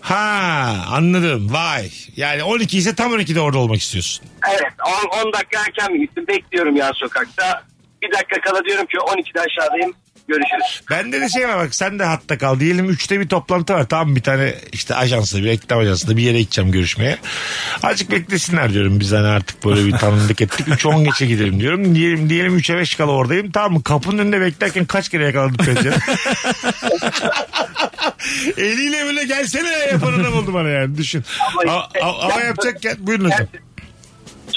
Ha anladım. Vay. Yani 12 ise tam 12'de orada olmak istiyorsun. Evet 10, 10 dakika erken mi gittim bekliyorum yan sokakta. Bir dakika kala diyorum ki 12'de aşağıdayım görüşürüz. Bende de şey var bak sen de hatta kal. Diyelim 3'te bir toplantı var. Tam bir tane işte ajansla bir reklam ajansında bir yere gideceğim görüşmeye. Azıcık beklesinler diyorum biz hani artık böyle bir tanıdık ettik. 3-10 geçe gidelim diyorum. Diyelim diyelim 3'e 5 kala oradayım. Tamam mı? Kapının önünde beklerken kaç kere yakaladım pencere. Eliyle böyle gelsene yapan adam oldu bana yani düşün. Ama A- işte- a- Ama yapacakken buyurun hocam.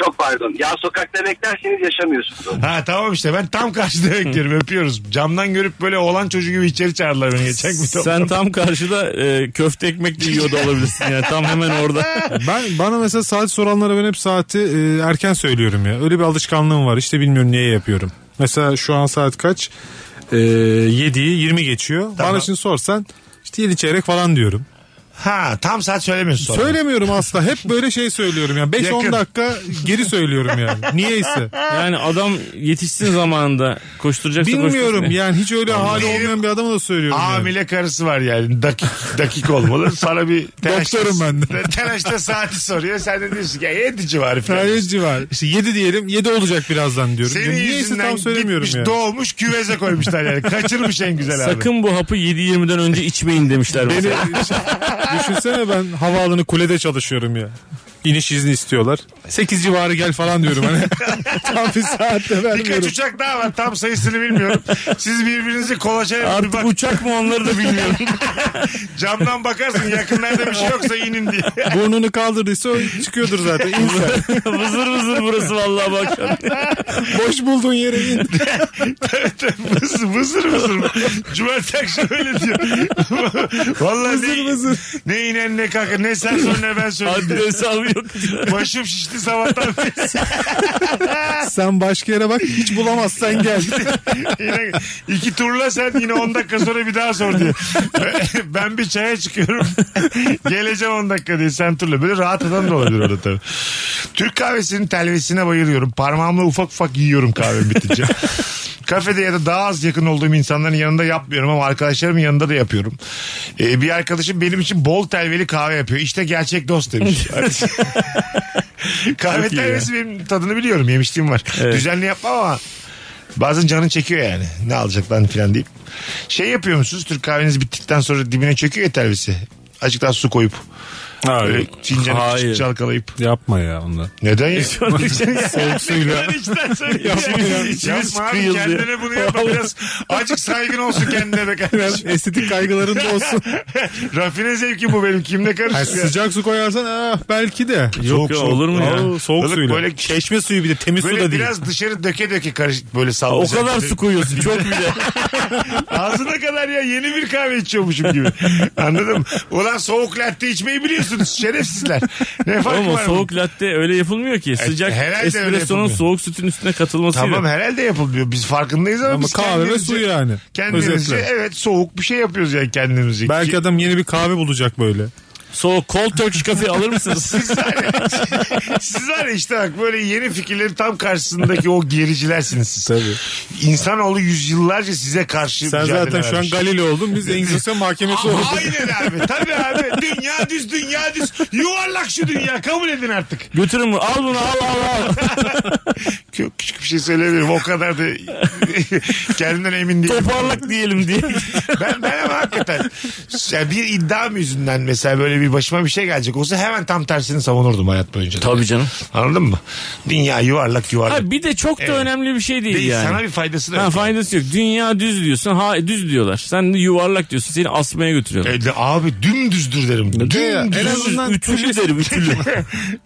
Çok pardon. Yan sokakta beklerseniz yaşamıyorsunuz. Ha tamam işte ben tam karşıda bekliyorum öpüyoruz. Camdan görüp böyle olan çocuğu gibi içeri çağırdılar beni geçen bir Sen tam karşıda e, köfte ekmek de yiyor da olabilirsin yani tam hemen orada. Ben bana mesela saat soranlara ben hep saati e, erken söylüyorum ya. Öyle bir alışkanlığım var. İşte bilmiyorum niye yapıyorum. Mesela şu an saat kaç? E, 7'yi 20 geçiyor. Bana şimdi sorsan işte 7 çeyrek falan diyorum. Ha tam saat söylemiyorsun sonra. Söylemiyorum asla. Hep böyle şey söylüyorum ya. 5-10 Yakın. dakika geri söylüyorum yani. Niyeyse. Yani adam yetişsin zamanında koşturacaksa Bilmiyorum şey. koştursun. yani hiç öyle hali Diyelim- olmayan bir adama da söylüyorum. yani. Hamile karısı var yani dakik, dakik olmalı. Sana bir telaşta, Doktorum ben telaşta saati soruyor. Sen de diyorsun ki ya 7 civarı falan. Sadece var. İşte 7 diyelim 7 olacak birazdan diyorum. Senin Yani niyeyse yüzünden tam söylemiyorum gitmiş ya. doğmuş küveze koymuşlar yani. Kaçırmış en güzel abi. Sakın bu hapı 7.20'den önce içmeyin demişler. mesela. Düşünsene ben havaalanı kulede çalışıyorum ya. İniş izni istiyorlar. 8 civarı gel falan diyorum hani. Tam bir saatte Birkaç vermiyorum. uçak daha var. Tam sayısını bilmiyorum. Siz birbirinizi kolaçaya bir Artık bak. uçak mı onları da bilmiyorum. Camdan bakarsın yakınlarda bir şey yoksa inin diye. Burnunu kaldırdıysa o çıkıyordur zaten. İn sen. vızır vızır burası vallahi bak. Boş bulduğun yere in. Vızır vızır vızır. Cumartesi akşamı öyle diyor. Vallahi ne, Vızır vızır. ne inen ne kalkar ne sen sor ne ben Haddi söyleyeyim. hesabı yok. Başım şişti sabahtan beri. Sen başka yere bak hiç bulamazsan gel. Yine iki turla sen yine 10 dakika sonra bir daha sor diye. ben bir çaya çıkıyorum. Geleceğim 10 dakika diye sen turla. Böyle rahat adam da olabilir orada tabii. Türk kahvesinin telvesine bayılıyorum. Parmağımla ufak ufak yiyorum kahve bitince. Kafede ya da daha az yakın olduğum insanların yanında yapmıyorum ama arkadaşlarımın yanında da yapıyorum. Ee, bir arkadaşım benim için bol telveli kahve yapıyor. İşte gerçek dost demiş. kahve Çok iyi ya. telvesi benim tadını biliyorum. Yemişliğim var. Düzenli yapmam ama Bazen canın çekiyor yani. Ne alacak lan filan deyip. Şey yapıyor musunuz? Türk kahveniz bittikten sonra dibine çöküyor ya telvisi. Azıcık daha su koyup. Böyle fincanı Hayır. küçük çalkalayıp. Yapma ya onları. Neden ya? Soğuk suyla. İçten söyle. ya. İçimiz Yapma abi, kıyıldı. kendine Kendine bunu yapma biraz. Azıcık saygın olsun kendine be kardeşim. Estetik kaygıların da olsun. Rafine zevki bu benim. Kimle Ha, karışır ya? E, sıcak su koyarsan ah, belki de. Yok ya, olur mu ya? Aa, soğuk Ilık suyla. böyle- Çeşme suyu bir de temiz su Böyle da değil. biraz dışarı döke döke karışık böyle O sallayacaksın. kadar su koyuyorsun çok bile. Ağzına kadar ya yeni bir kahve içiyormuşum gibi. Anladın mı? Ulan soğuk latte içmeyi biliyorsunuz şerefsizler. Ne farkı Ama var? soğuk latte öyle yapılmıyor ki. Sıcak herhalde öyle espressonun yapılmıyor. soğuk sütün üstüne katılmasıyla. Tamam herhalde yapılmıyor. Biz farkındayız ama, Ama biz kahve ve kendimizce- su yani. Kendimizce Özetle. evet soğuk bir şey yapıyoruz yani kendimizce. Belki Ki- adam yeni bir kahve bulacak böyle. Soğuk cold turkish kafe alır mısınız? siz var ya, siz var ya işte bak böyle yeni fikirlerin tam karşısındaki o gericilersiniz siz. Tabii. İnsanoğlu yüzyıllarca size karşı Sen mücadele zaten şu an vermiş. Galile oldun. Biz İngilizce mahkemesi Aa, olduk. Aynen abi. Tabii abi. Dünya düz, dünya düz. Yuvarlak şu dünya. Kabul edin artık. Götürün bunu al bunu al al al. Çok küçük bir şey söyleyebilirim. O kadar da kendimden emin değilim. Toparlak diyelim diye. Ben, ben ama hakikaten ya bir iddiam yüzünden mesela böyle bir başıma bir şey gelecek olsa hemen tam tersini savunurdum hayat boyunca. Tabii canım. Anladın mı? Dünya yuvarlak yuvarlak. Ha, bir de çok da Evet. önemli bir şey değil, Değil, yani. Sana bir faydası da Ha yok. faydası yok. Dünya düz diyorsun. Ha düz diyorlar. Sen de yuvarlak diyorsun. Seni asmaya götürüyorlar. E de abi dümdüzdür derim. ya, Dümdüz. en azından Ütülü derim ütülü.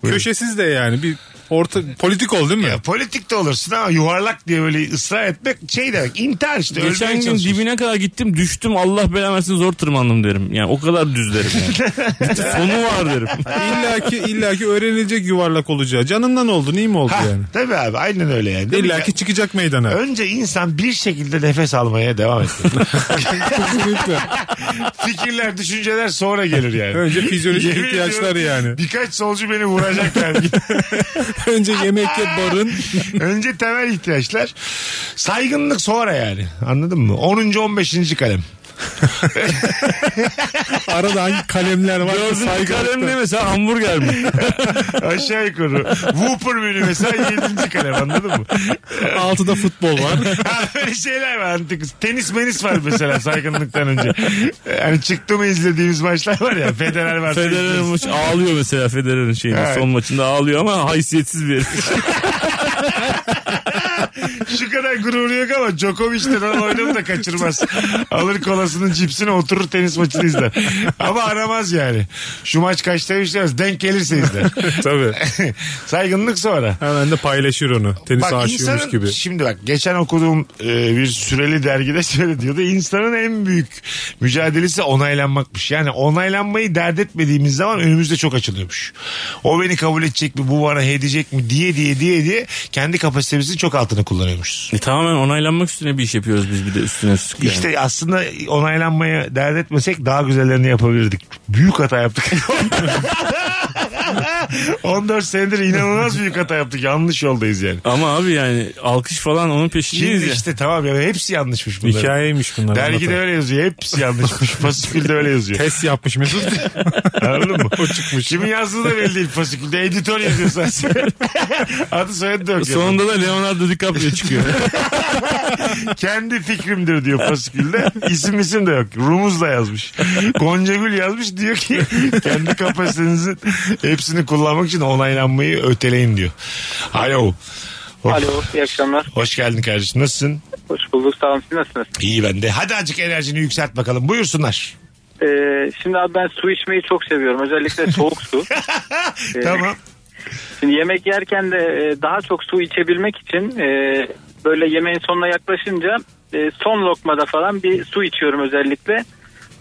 köşesiz de yani. Bir orta politik ol değil mi? Ya, politik de olursun ama yuvarlak diye böyle ısrar etmek şey demek. İntihar işte. ölmeye Geçen gün çalışıyorsun. dibine kadar gittim düştüm Allah belamı versin zor tırmandım derim. Yani o kadar düz derim yani. Bir de Sonu var derim. İlla ki, illa ki öğrenilecek yuvarlak olacağı. Canından oldu, iyi mi oldu Ha, yani? Ah, Tabii abi aynen öyle yani. Değil mi? İlla ki çıkacak meydana. Önce insan bir şekilde nefes almaya devam etsin. Kesinlikle. Fikirler, düşünceler sonra gelir yani. Önce fizyolojik Yemin ihtiyaçlar ediyorum, yani. Birkaç solcu beni vuracak yani. Önce yemek ye barın. Önce temel ihtiyaçlar. Saygınlık sonra yani. Anladın mı? 10. 15. kalem. Arada hangi kalemler var? ki Gördüğün saygı- kalem ne mesela hamburger mi? Aşağı yukarı. Whooper menü mesela 7. kalem anladın mı? Altıda futbol var. Ha, böyle şeyler var antik. Tenis menis var mesela saygınlıktan önce. Yani çıktı mı izlediğimiz maçlar var ya. Federer var. Federer'in maç- ağlıyor mesela Federer'in şeyinde. Evet. Son maçında ağlıyor ama haysiyetsiz bir herif. Şu kadar gururu yok ama Djokovic'ten adam oynayıp da kaçırmaz. Alır kolasının cipsini oturur tenis maçını izler. Ama aramaz yani. Şu maç kaçta işlemez. Denk gelirse izler. Tabii. Saygınlık sonra. Hemen de paylaşır onu. Tenis Bak aşığıymış insanın gibi. şimdi bak geçen okuduğum e, bir süreli dergide şöyle diyordu. İnsanın en büyük mücadelesi onaylanmakmış. Yani onaylanmayı dert etmediğimiz zaman önümüzde çok açılıyormuş. O beni kabul edecek mi bu bana edecek mi diye diye diye diye kendi kapasitemizin çok altını kullanıyormuşuz. E, tamamen onaylanmak üstüne bir iş yapıyoruz biz bir de üstüne üstlük yani. İşte aslında onaylanmaya dert etmesek daha güzellerini yapabilirdik. Büyük hata yaptık. 14 senedir inanılmaz büyük hata yaptık. Yanlış yoldayız yani. Ama abi yani alkış falan onun peşindeyiz Şimdi ya. işte tamam ya hepsi yanlışmış bunlar. Hikayeymiş bunlar. Dergide anlatan. öyle yazıyor. Hepsi yanlışmış. Fasikülde öyle yazıyor. Test yapmış Mesut. Anladın mı? O çıkmış. Kimin yazdığı da belli değil fasikülde. Editör yazıyor sadece. Adı soyadı da yok. Sonunda da Leonardo DiCaprio çıkıyor. Kendi fikrimdir diyor fasikülde. İsim isim de yok. Rumuz da yazmış. Goncagül yazmış diyor ki kendi kapasitenizin hepsini kullanmak için onaylanmayı öteleyin diyor. Alo. Hoş, Alo iyi akşamlar. Hoş geldin kardeşim. Nasılsın? Hoş bulduk. Sağ olun. Siz nasılsınız? İyi ben de. Hadi azıcık enerjini yükselt bakalım. Buyursunlar. Ee, şimdi abi ben su içmeyi çok seviyorum. Özellikle soğuk su. Ee, Tamam. Şimdi yemek yerken de e, daha çok su içebilmek için e, böyle yemeğin sonuna yaklaşınca e, son lokmada falan bir su içiyorum özellikle.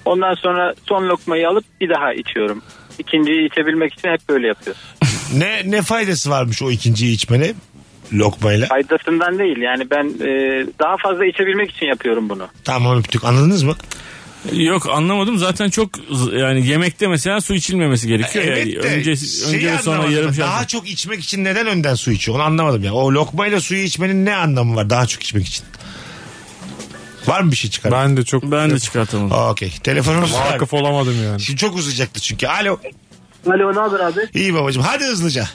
Ondan sonra son lokmayı alıp bir daha içiyorum. İkinciyi içebilmek için hep böyle yapıyorum. Ne ne faydası varmış o ikinciyi içmene? Lokmayla. Faydasından değil yani ben e, daha fazla içebilmek için yapıyorum bunu. Tamam öptük. Anladınız mı? Yok anlamadım zaten çok z- yani yemekte mesela su içilmemesi gerekiyor. yani. önce şeyi önce ve sonra şey anlamadım. yarım Daha şart. çok içmek için neden önden su içiyor? Onu anlamadım ya. O lokmayla suyu içmenin ne anlamı var daha çok içmek için? Var mı bir şey çıkar? Ben de çok Ben de çıkartamadım. Okey. Telefonumuz var. vakıf olamadım yani. Şimdi çok uzayacaktı çünkü. Alo. Alo ne haber abi? İyi babacığım. Hadi hızlıca.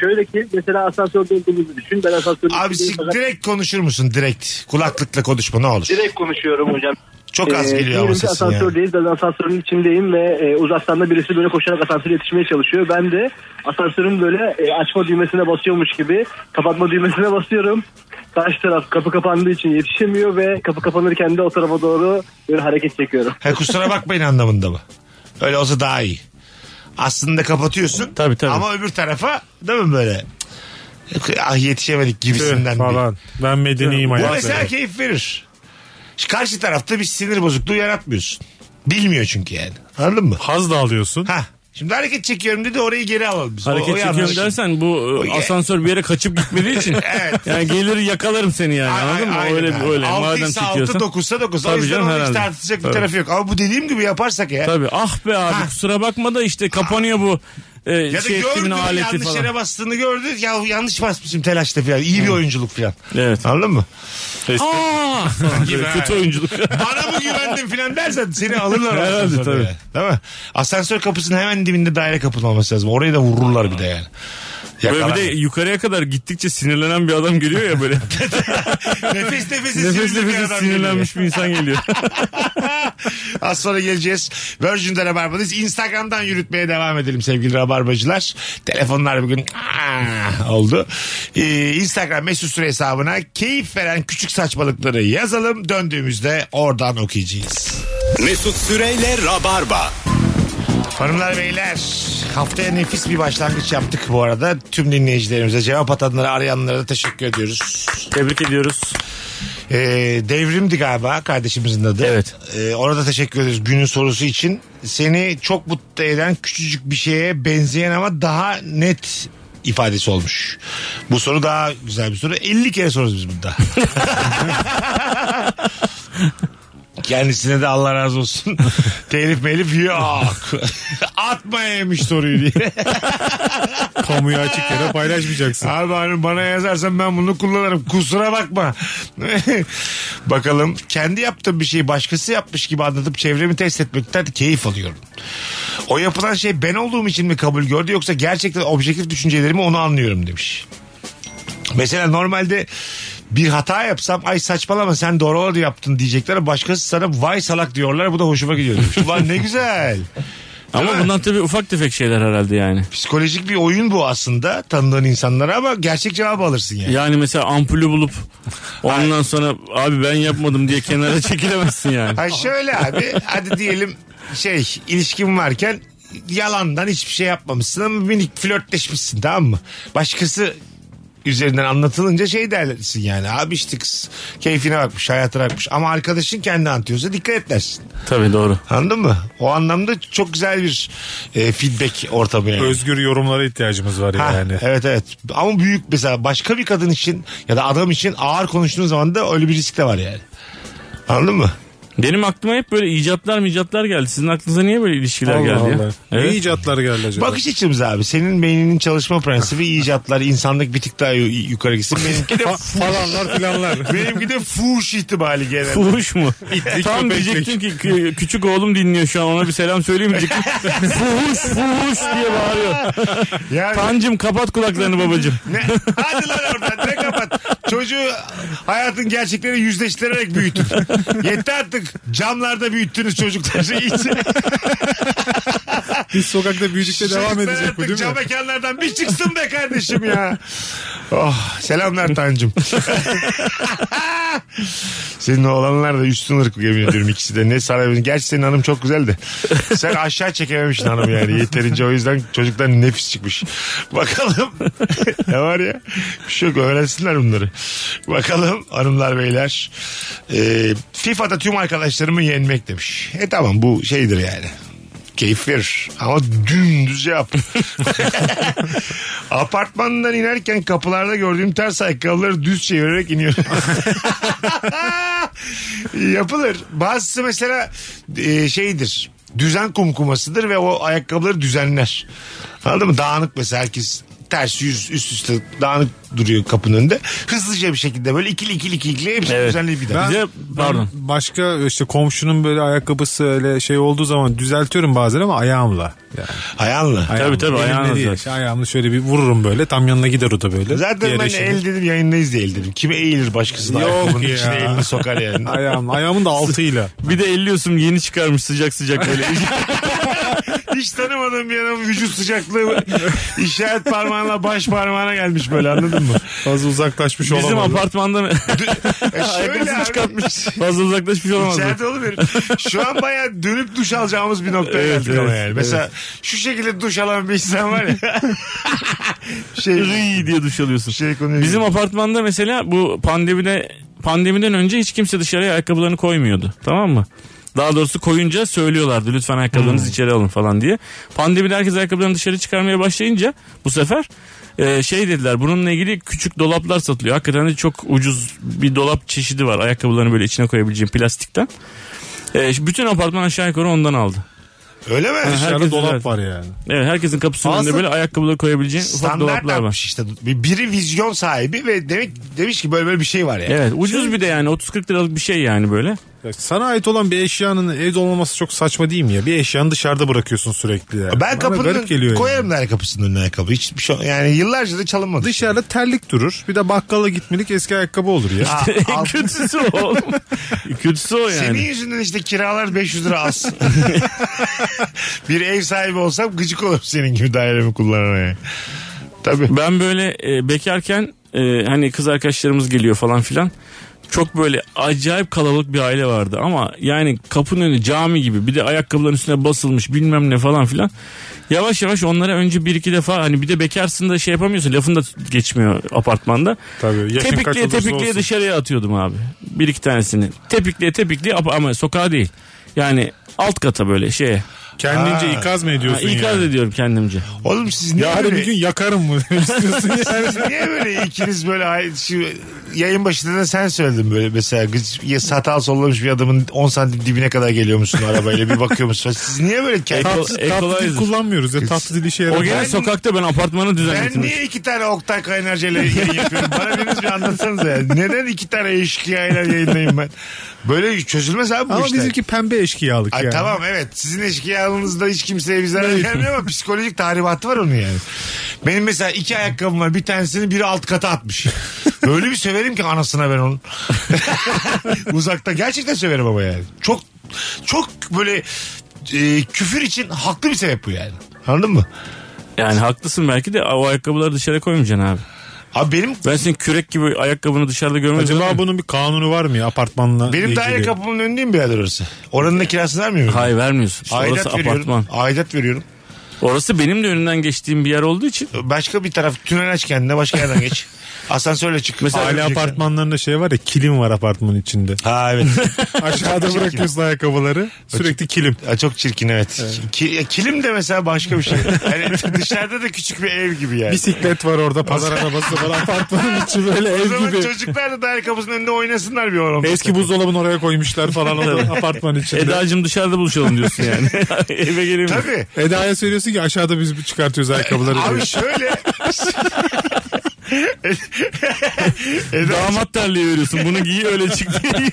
Şöyle ki mesela asansörde olduğumuzu düşün. Ben asansörde Abi değilim sik- fakat direkt konuşur musun? Direkt. Kulaklıkla konuşma ne olur. Direkt konuşuyorum hocam. Çok az Ee, geliyor diyelim ama ki sesin ya. asansördeyiz. Ben asansörün içindeyim ve e, uzaktan da birisi böyle koşarak asansöre yetişmeye çalışıyor. Ben de asansörün böyle e, açma düğmesine basıyormuş gibi kapatma düğmesine basıyorum. Karşı taraf kapı kapandığı için yetişemiyor ve kapı kapanırken de o tarafa doğru böyle hareket çekiyorum. Ha, kusura bakmayın anlamında mı? Öyle olsa daha iyi. Aslında kapatıyorsun. Tabii, tabii. Ama öbür tarafa değil mi böyle? Ah yetişemedik Tüh, gibisinden. bir- falan. Ben medeniyim Bu hayatım. mesela keyif verir. Şu Karşı tarafta bir sinir bozukluğu yaratmıyorsun. Bilmiyor çünkü yani. Anladın mı? Haz da alıyorsun. Ha. Şimdi hareket çekiyorum dedi orayı geri alalım biz. O- Hareket o yanlış. çekiyorum dersen bu e, O- asansör bir yere kaçıp gitmediği için Evet. yani gelir yakalarım seni yani A- anladın mı? aynen Öyle abi. öyle Altı madem ise altı, çekiyorsun. dokuzsa dokuz. O Tabii yüzden canım, onun hiç herhalde. tartışacak bir Tabii. tarafı yok. Ama bu dediğim gibi yaparsak ya. Tabii ah be abi Ha. kusura bakma da işte kapanıyor bu e, Ya da şey gördü ettiğimin aleti yanlış falan. yere bastığını gördü. Ya yanlış basmışım telaşla falan. İyi bir oyunculuk falan. Evet. Anladın mı? Aa! falan Gibi, böyle ha. Kötü oyunculuk. Bana mı güvendin falan dersen seni alırlar. Herhalde, asansörde tabii. yani. Değil mi? Asansör kapısının hemen dibinde daire kapının olması lazım. Orayı da vururlar bir de yani. Böyle bir Yakalar. de yukarıya kadar gittikçe sinirlenen bir adam geliyor ya böyle. nefes nefese nefes nefese sinirlenmiş bir insan geliyor. Az sonra geleceğiz. Virgin'de Rabarba'dayız. Instagram'dan yürütmeye devam edelim sevgili Rabarbacılar. Telefonlar bugün aa, oldu. Ee, Instagram mesut süre hesabına keyif veren küçük saçmalıkları yazalım. Döndüğümüzde oradan okuyacağız. Mesut Süreyle Rabarba. Hanımlar beyler haftaya nefis bir başlangıç yaptık bu arada. Tüm dinleyicilerimize cevap atanlara arayanlara da teşekkür ediyoruz. Tebrik ediyoruz. Ee, devrimdi galiba kardeşimizin adı. Evet. Ee, ona da teşekkür ediyoruz günün sorusu için. Seni çok mutlu eden küçücük bir şeye benzeyen ama daha net ifadesi olmuş. Bu soru daha güzel bir soru. 50 kere soruz biz bunda. Kendisine de Allah razı olsun. Telif melif yok. Atma yemiş soruyu diye. Kamuya açık yere paylaşmayacaksın. Abi hanım bana yazarsan ben bunu kullanırım. Kusura bakma. Bakalım kendi yaptığım bir şeyi başkası yapmış gibi anlatıp çevremi test etmekten keyif alıyorum. O yapılan şey ben olduğum için mi kabul gördü yoksa gerçekten objektif düşüncelerimi onu anlıyorum demiş. Mesela normalde bir hata yapsam ay saçmalama sen doğru olanı yaptın diyecekler. Başkası sana vay salak diyorlar bu da hoşuma gidiyor demiş. Ulan ne güzel. Ama mi? bundan tabii ufak tefek şeyler herhalde yani. Psikolojik bir oyun bu aslında tanıdığın insanlara ama gerçek cevabı alırsın yani. Yani mesela ampulü bulup ondan sonra abi ben yapmadım diye kenara çekilemezsin yani. Ha şöyle abi hadi diyelim şey ilişkin varken yalandan hiçbir şey yapmamışsın ama minik flörtleşmişsin tamam mı? Başkası üzerinden anlatılınca şey dersin yani abi işte kız keyfine bakmış hayatına bakmış ama arkadaşın kendi anlatıyorsa dikkat et dersin. Tabii doğru. Anladın mı? O anlamda çok güzel bir e, feedback ortamı yani. Özgür yorumlara ihtiyacımız var Ha, yani. Evet evet ama büyük mesela başka bir kadın için ya da adam için ağır konuştuğun zaman da öyle bir risk de var yani. Anladın mı? Benim aklıma hep böyle icatlar micatlar geldi. Sizin aklınıza niye böyle ilişkiler geldi ya? Ne Evet. icatlar geldi acaba? Bakış açımız abi. Senin beyninin çalışma prensibi icatlar, insanlık bir tık daha yu- yukarı gitsin. Benimki de Fa- falanlar filanlar. benimki de fuş ihtimali genel. Fuhuş mu? Tam köpeklik. diyecektim ki kü- küçük oğlum dinliyor şu an ona bir selam söyleyeyim mi diyecektim. fuhuş fuhuş diye bağırıyor. Yani Pancım kapat kulaklarını babacım. ne? Hadi lan oradan ne kapat. Çocuğu hayatın gerçekleri yüzleştirerek büyütün. Yetti artık camlarda büyüttünüz çocukları. İyice. Biz sokakta büyüdükçe devam Çocuklar edecek bu artık değil mi? cam mekanlardan bir çıksın be kardeşim ya. Oh, selamlar Tancım. Senin oğlanlar da üstün ırk yemin ediyorum ikisi de. Ne saray Gerçi senin hanım çok güzeldi. Sen aşağı çekememişsin hanım yani. Yeterince o yüzden çocuktan nefis çıkmış. Bakalım. ne var ya? Bir şey yok öğrensinler bunları. Bakalım hanımlar beyler. Ee, FIFA'da tüm arkadaşlarımı yenmek demiş. E tamam bu şeydir yani keyif verir. Ama dümdüz yap. Apartmandan inerken kapılarda gördüğüm ters ayakkabıları düz çevirerek iniyorum. Yapılır. Bazısı mesela e, şeydir. Düzen kumkumasıdır ve o ayakkabıları düzenler. Anladın mı? Dağınık mesela herkes ters yüz üst üste dağınık duruyor kapının önünde. Hızlıca bir şekilde böyle ikili ikili ikili, ikili hepsini Evet. düzenleyip gider. Bize pardon. Başka işte komşunun böyle ayakkabısı öyle şey olduğu zaman düzeltiyorum bazen ama ayağımla. Yani Hayallı. ayağımla. tabii, Elimle ayağınla değil. zaten. Ayağımla şöyle bir vururum böyle tam yanına gider o da böyle. Zaten Diğer ben eşim- el dedim yayındayız diye el dedim. Kime eğilir başkasına? Yok Ayakkabının ya. içine elini sokar yani. Ayağım, ayağımın da altıyla. Bir de elliyorsun yeni çıkarmış sıcak sıcak böyle. Hiç tanımadığım bir adamın vücut sıcaklığı işaret parmağına baş parmağına gelmiş böyle anladın mı? Fazla uzaklaşmış Bizim olamadım. apartmanda E şöyle ayakkabısını abi, çıkartmış. Fazla uzaklaşmış olamaz. İçeride olur benim. Şu an baya dönüp duş alacağımız bir noktaya Evet, geldik ama evet, yani. Mesela şu şekilde duş alan bir insan var ya. şey, Rıy diye duş alıyorsun. şey konuyu. Bizim apartmanda mesela bu pandemide pandemiden önce hiç kimse dışarıya ayakkabılarını koymuyordu. Tamam mı? Daha doğrusu koyunca söylüyorlardı lütfen ayakkabılarınızı içeri alın falan diye. Pandemide herkes ayakkabılarını dışarı çıkarmaya başlayınca bu sefer e, şey dediler bununla ilgili küçük dolaplar satılıyor. Hakikaten de çok ucuz bir dolap çeşidi var ayakkabılarını böyle içine koyabileceğin plastikten. E, bütün apartman aşağı yukarı ondan aldı. Öyle mi? Dışarıda Herkes dolap düzelt. var yani. Evet herkesin kapısının Bazı- önünde böyle ayakkabıları koyabileceğin ufak Standart şey. dolaplar yapmış var. işte. Bir- Biri vizyon sahibi ve demek demiş ki böyle böyle bir şey var ya. Evet ucuz bir de yani 30-40 liralık bir şey yani böyle. Ya Sana ait olan bir eşyanın evde olmaması çok saçma değil mi ya? Bir eşyanı dışarıda bırakıyorsun sürekli. Yani. Ben Bana kapının garip geliyor yani. koyarım da yani. kapısının önüne ayakkabı. Hiçbir şey yani yıllarca da çalınmadı. Dışarıda terlik durur. Bir de bakkala gitmelik eski ayakkabı olur ya. en kötüsü o. oğlum. kötüsü o yani. Senin yüzünden işte kiralar 500 lira az. bir ev sahibi olsam gıcık olurum senin gibi dairemi kullanmaya. Tabii. Ben böyle e, bekarken e, hani kız arkadaşlarımız geliyor falan filan. Çok böyle acayip kalabalık bir aile vardı ama yani kapının önü cami gibi bir de ayakkabıların üstüne basılmış bilmem ne falan filan. Yavaş yavaş onlara önce bir iki defa hani bir de bekarsın da şey yapamıyorsun lafın da geçmiyor apartmanda. Tabii, yaşın kaç tepikliye olursa tepikliye olsun. dışarıya atıyordum abi bir iki tanesini. Tepikliye tepikliye apa- ama sokağa değil yani alt kata böyle şeye. Kendince Ha. ikaz mı ediyorsun İkaz yani? ediyorum kendimce. Oğlum siz niye Yarın böyle... bir gün yakarım bunu istiyorsun yani. siz niye böyle ikiniz böyle ay- şu yayın başında da sen söyledin böyle mesela gıcık, ya satal sollamış bir adamın 10 santim dibine kadar geliyormuşsun arabayla bir bakıyormuşsun. Siz niye böyle kendi... Eko- Tatlı, tatlı dil Equalizer. kullanmıyoruz ya. Tatlı dil işe O yaramıyor. gene sokakta ben apartmanı Ben düzenledim. niye iki tane Oktay Kaynarca ile yayın yapıyorum? Bana biriniz bir anlatsanız ya. Neden iki tane eşkıya ile yayındayım ben? Böyle çözülmez abi bu Ama işler. bizimki pembe eşkıyalık Ay yani. tamam evet. Sizin eşkıyalığınızda hiç kimseye bir zarar gelmiyor ama psikolojik tahribatı var onun yani. Benim mesela iki ayakkabım var. Bir tanesini biri alt kata atmış. Böyle bir söverim ki anasına ben onun. Uzakta gerçekten söverim ama yani. Çok çok böyle e, küfür için haklı bir sebep bu yani. Anladın mı? Yani haklısın belki de o ayakkabıları dışarı koymayacaksın abi. Abi benim Ben senin kürek gibi ayakkabını dışarıda görmedim. Acaba bunun bir kanunu var mı ya apartmanla benim ilgili? daire kapımın önündeyim birader orası. Oranın da kirasını vermiyor muyum? Hayır vermiyorsun. İşte Aidat orası veriyorum. apartman. Aidat veriyorum. Orası benim de önünden geçtiğim bir yer olduğu için. Başka bir taraf tünel aç kendine başka yerden geç. Asansörle çık. Mesela Aile Aileceksen. apartmanlarında şey var ya kilim var apartmanın içinde. Ha evet. Aşağıda bırakıyorsun ayakkabıları. Sürekli kilim. Ha, çok çirkin evet. Ki- ya, kilim de mesela başka bir şey. Yani dışarıda da küçük bir ev gibi yani. Bisiklet var orada pazar arabası var apartmanın içi böyle O ev zaman gibi. çocuklar da daire kapısının önünde oynasınlar bir oran. Eski buzdolabını oraya koymuşlar falan orada apartman içinde. Eda'cığım dışarıda buluşalım diyorsun yani. Eve geleyim. mi? Tabii. Eda'ya söylüyorsun ki aşağıda biz çıkartıyoruz ayakkabıları. Abi diyor. şöyle. E, Damat terliği veriyorsun. Bunu giy öyle çık diye.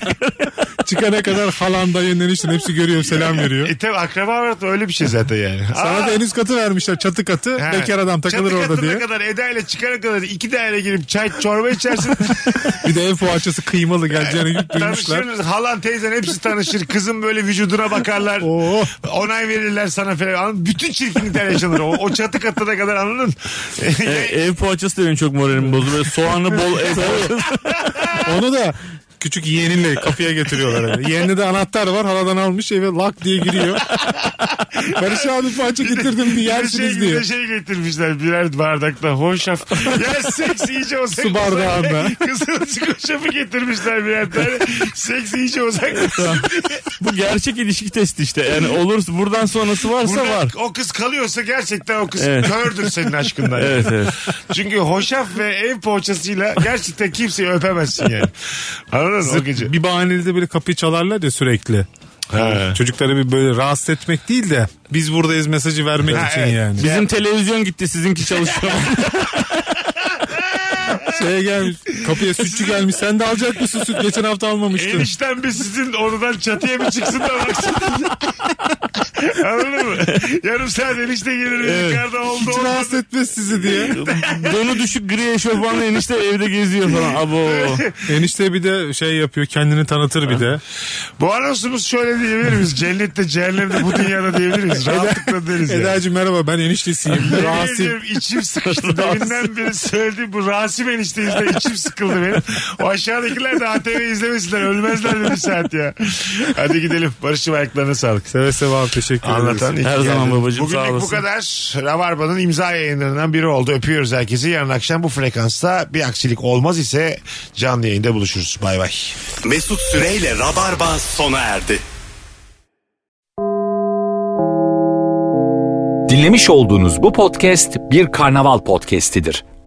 Çıkana kadar halan dayın enişten hepsi görüyor selam veriyor. E tabi akraba var da öyle bir şey zaten yani. Sana Aa, da en üst katı vermişler çatı katı. he. Bekar adam takılır Çatı orada katına diye. kadar Eda ile çıkana kadar iki daire girip çay çorba içersin. Bir de ev poğaçası kıymalı geleceğini duymuşlar. Tanışırız. Halan teyzen hepsi tanışır. Kızın böyle vücuduna bakarlar. Oo. Onay verirler sana falan. Anladın? Bütün çirkinlikler yaşanır. O, o çatı katına kadar anladın. E, ev poğaçası da benim çok moralimi bozdu. Böyle soğanlı bol ev poğaçası. Onu da küçük yeğeninle kapıya getiriyorlar. Hani. Yeğeninde de anahtar var haladan almış eve lak diye giriyor. Barış abi parça getirdim diye bir yersiniz şey, diye. Bir şey getirmişler birer bardakta hoşaf. ya seks iyice o seks. Su bardağında. Kızılcık hoşafı getirmişler birer tane. seks iyice uzaklaşsın. Bu gerçek ilişki testi işte. Yani olursa buradan sonrası varsa Burada var. O kız kalıyorsa gerçekten o kız Evet. kördür senin aşkından. Evet, evet. Çünkü hoşaf ve ev poğaçasıyla gerçekten kimseyi öpemezsin yani. Anladın mı o gece? Bir bahaneli de böyle kapıyı çalarlar ya sürekli. Ha. Çocukları bir böyle rahatsız etmek değil de biz buradayız mesajı vermek Ha, için evet. yani. Bizim televizyon gitti sizinki çalışıyor. Şeye gelmiş kapıya sütçü gelmiş sen de alacak mısın süt geçen hafta almamıştın. Enişten bir sizin oradan çatıya bir çıksın da baksın. Anladın mı? Yarım saat enişte gelir yukarıda oldu Hiç olmadı. rahatsız etmez sizi diye. Donu düşük gri eşofmanla enişte evde geziyor falan. Abo. Enişte bir de şey yapıyor kendini tanıtır bir de. Bu anonsumuz şöyle diyebilir miyiz? Cennette, cehennemde, bu dünyada diyebilir miyiz? Rahatlıkla deriz yani. Eda'cığım merhaba ben eniştesiyim. Rasim. Rasim. İçim sıkıştı. Deminden beri söylediğim bu Rasim enişteyiz de içim sıkıldı benim. O aşağıdakiler de ATV izlemesinler. Ölmezler de bir saat ya. Hadi gidelim. Barış'ım ayaklarına sağlık. Seve seve abi teşekkür ederiz. Anlatan iyi Her ki zaman geldin. babacığım, Bugünlük sağ bu olasın. kadar. Rabarba'nın imza yayınlarından biri oldu. Öpüyoruz herkesi. Yarın akşam bu frekansta bir aksilik olmaz ise canlı yayında buluşuruz. Bay bay. Mesut Süreyle Rabarba sona erdi. Dinlemiş olduğunuz bu podcast bir karnaval podcastidir.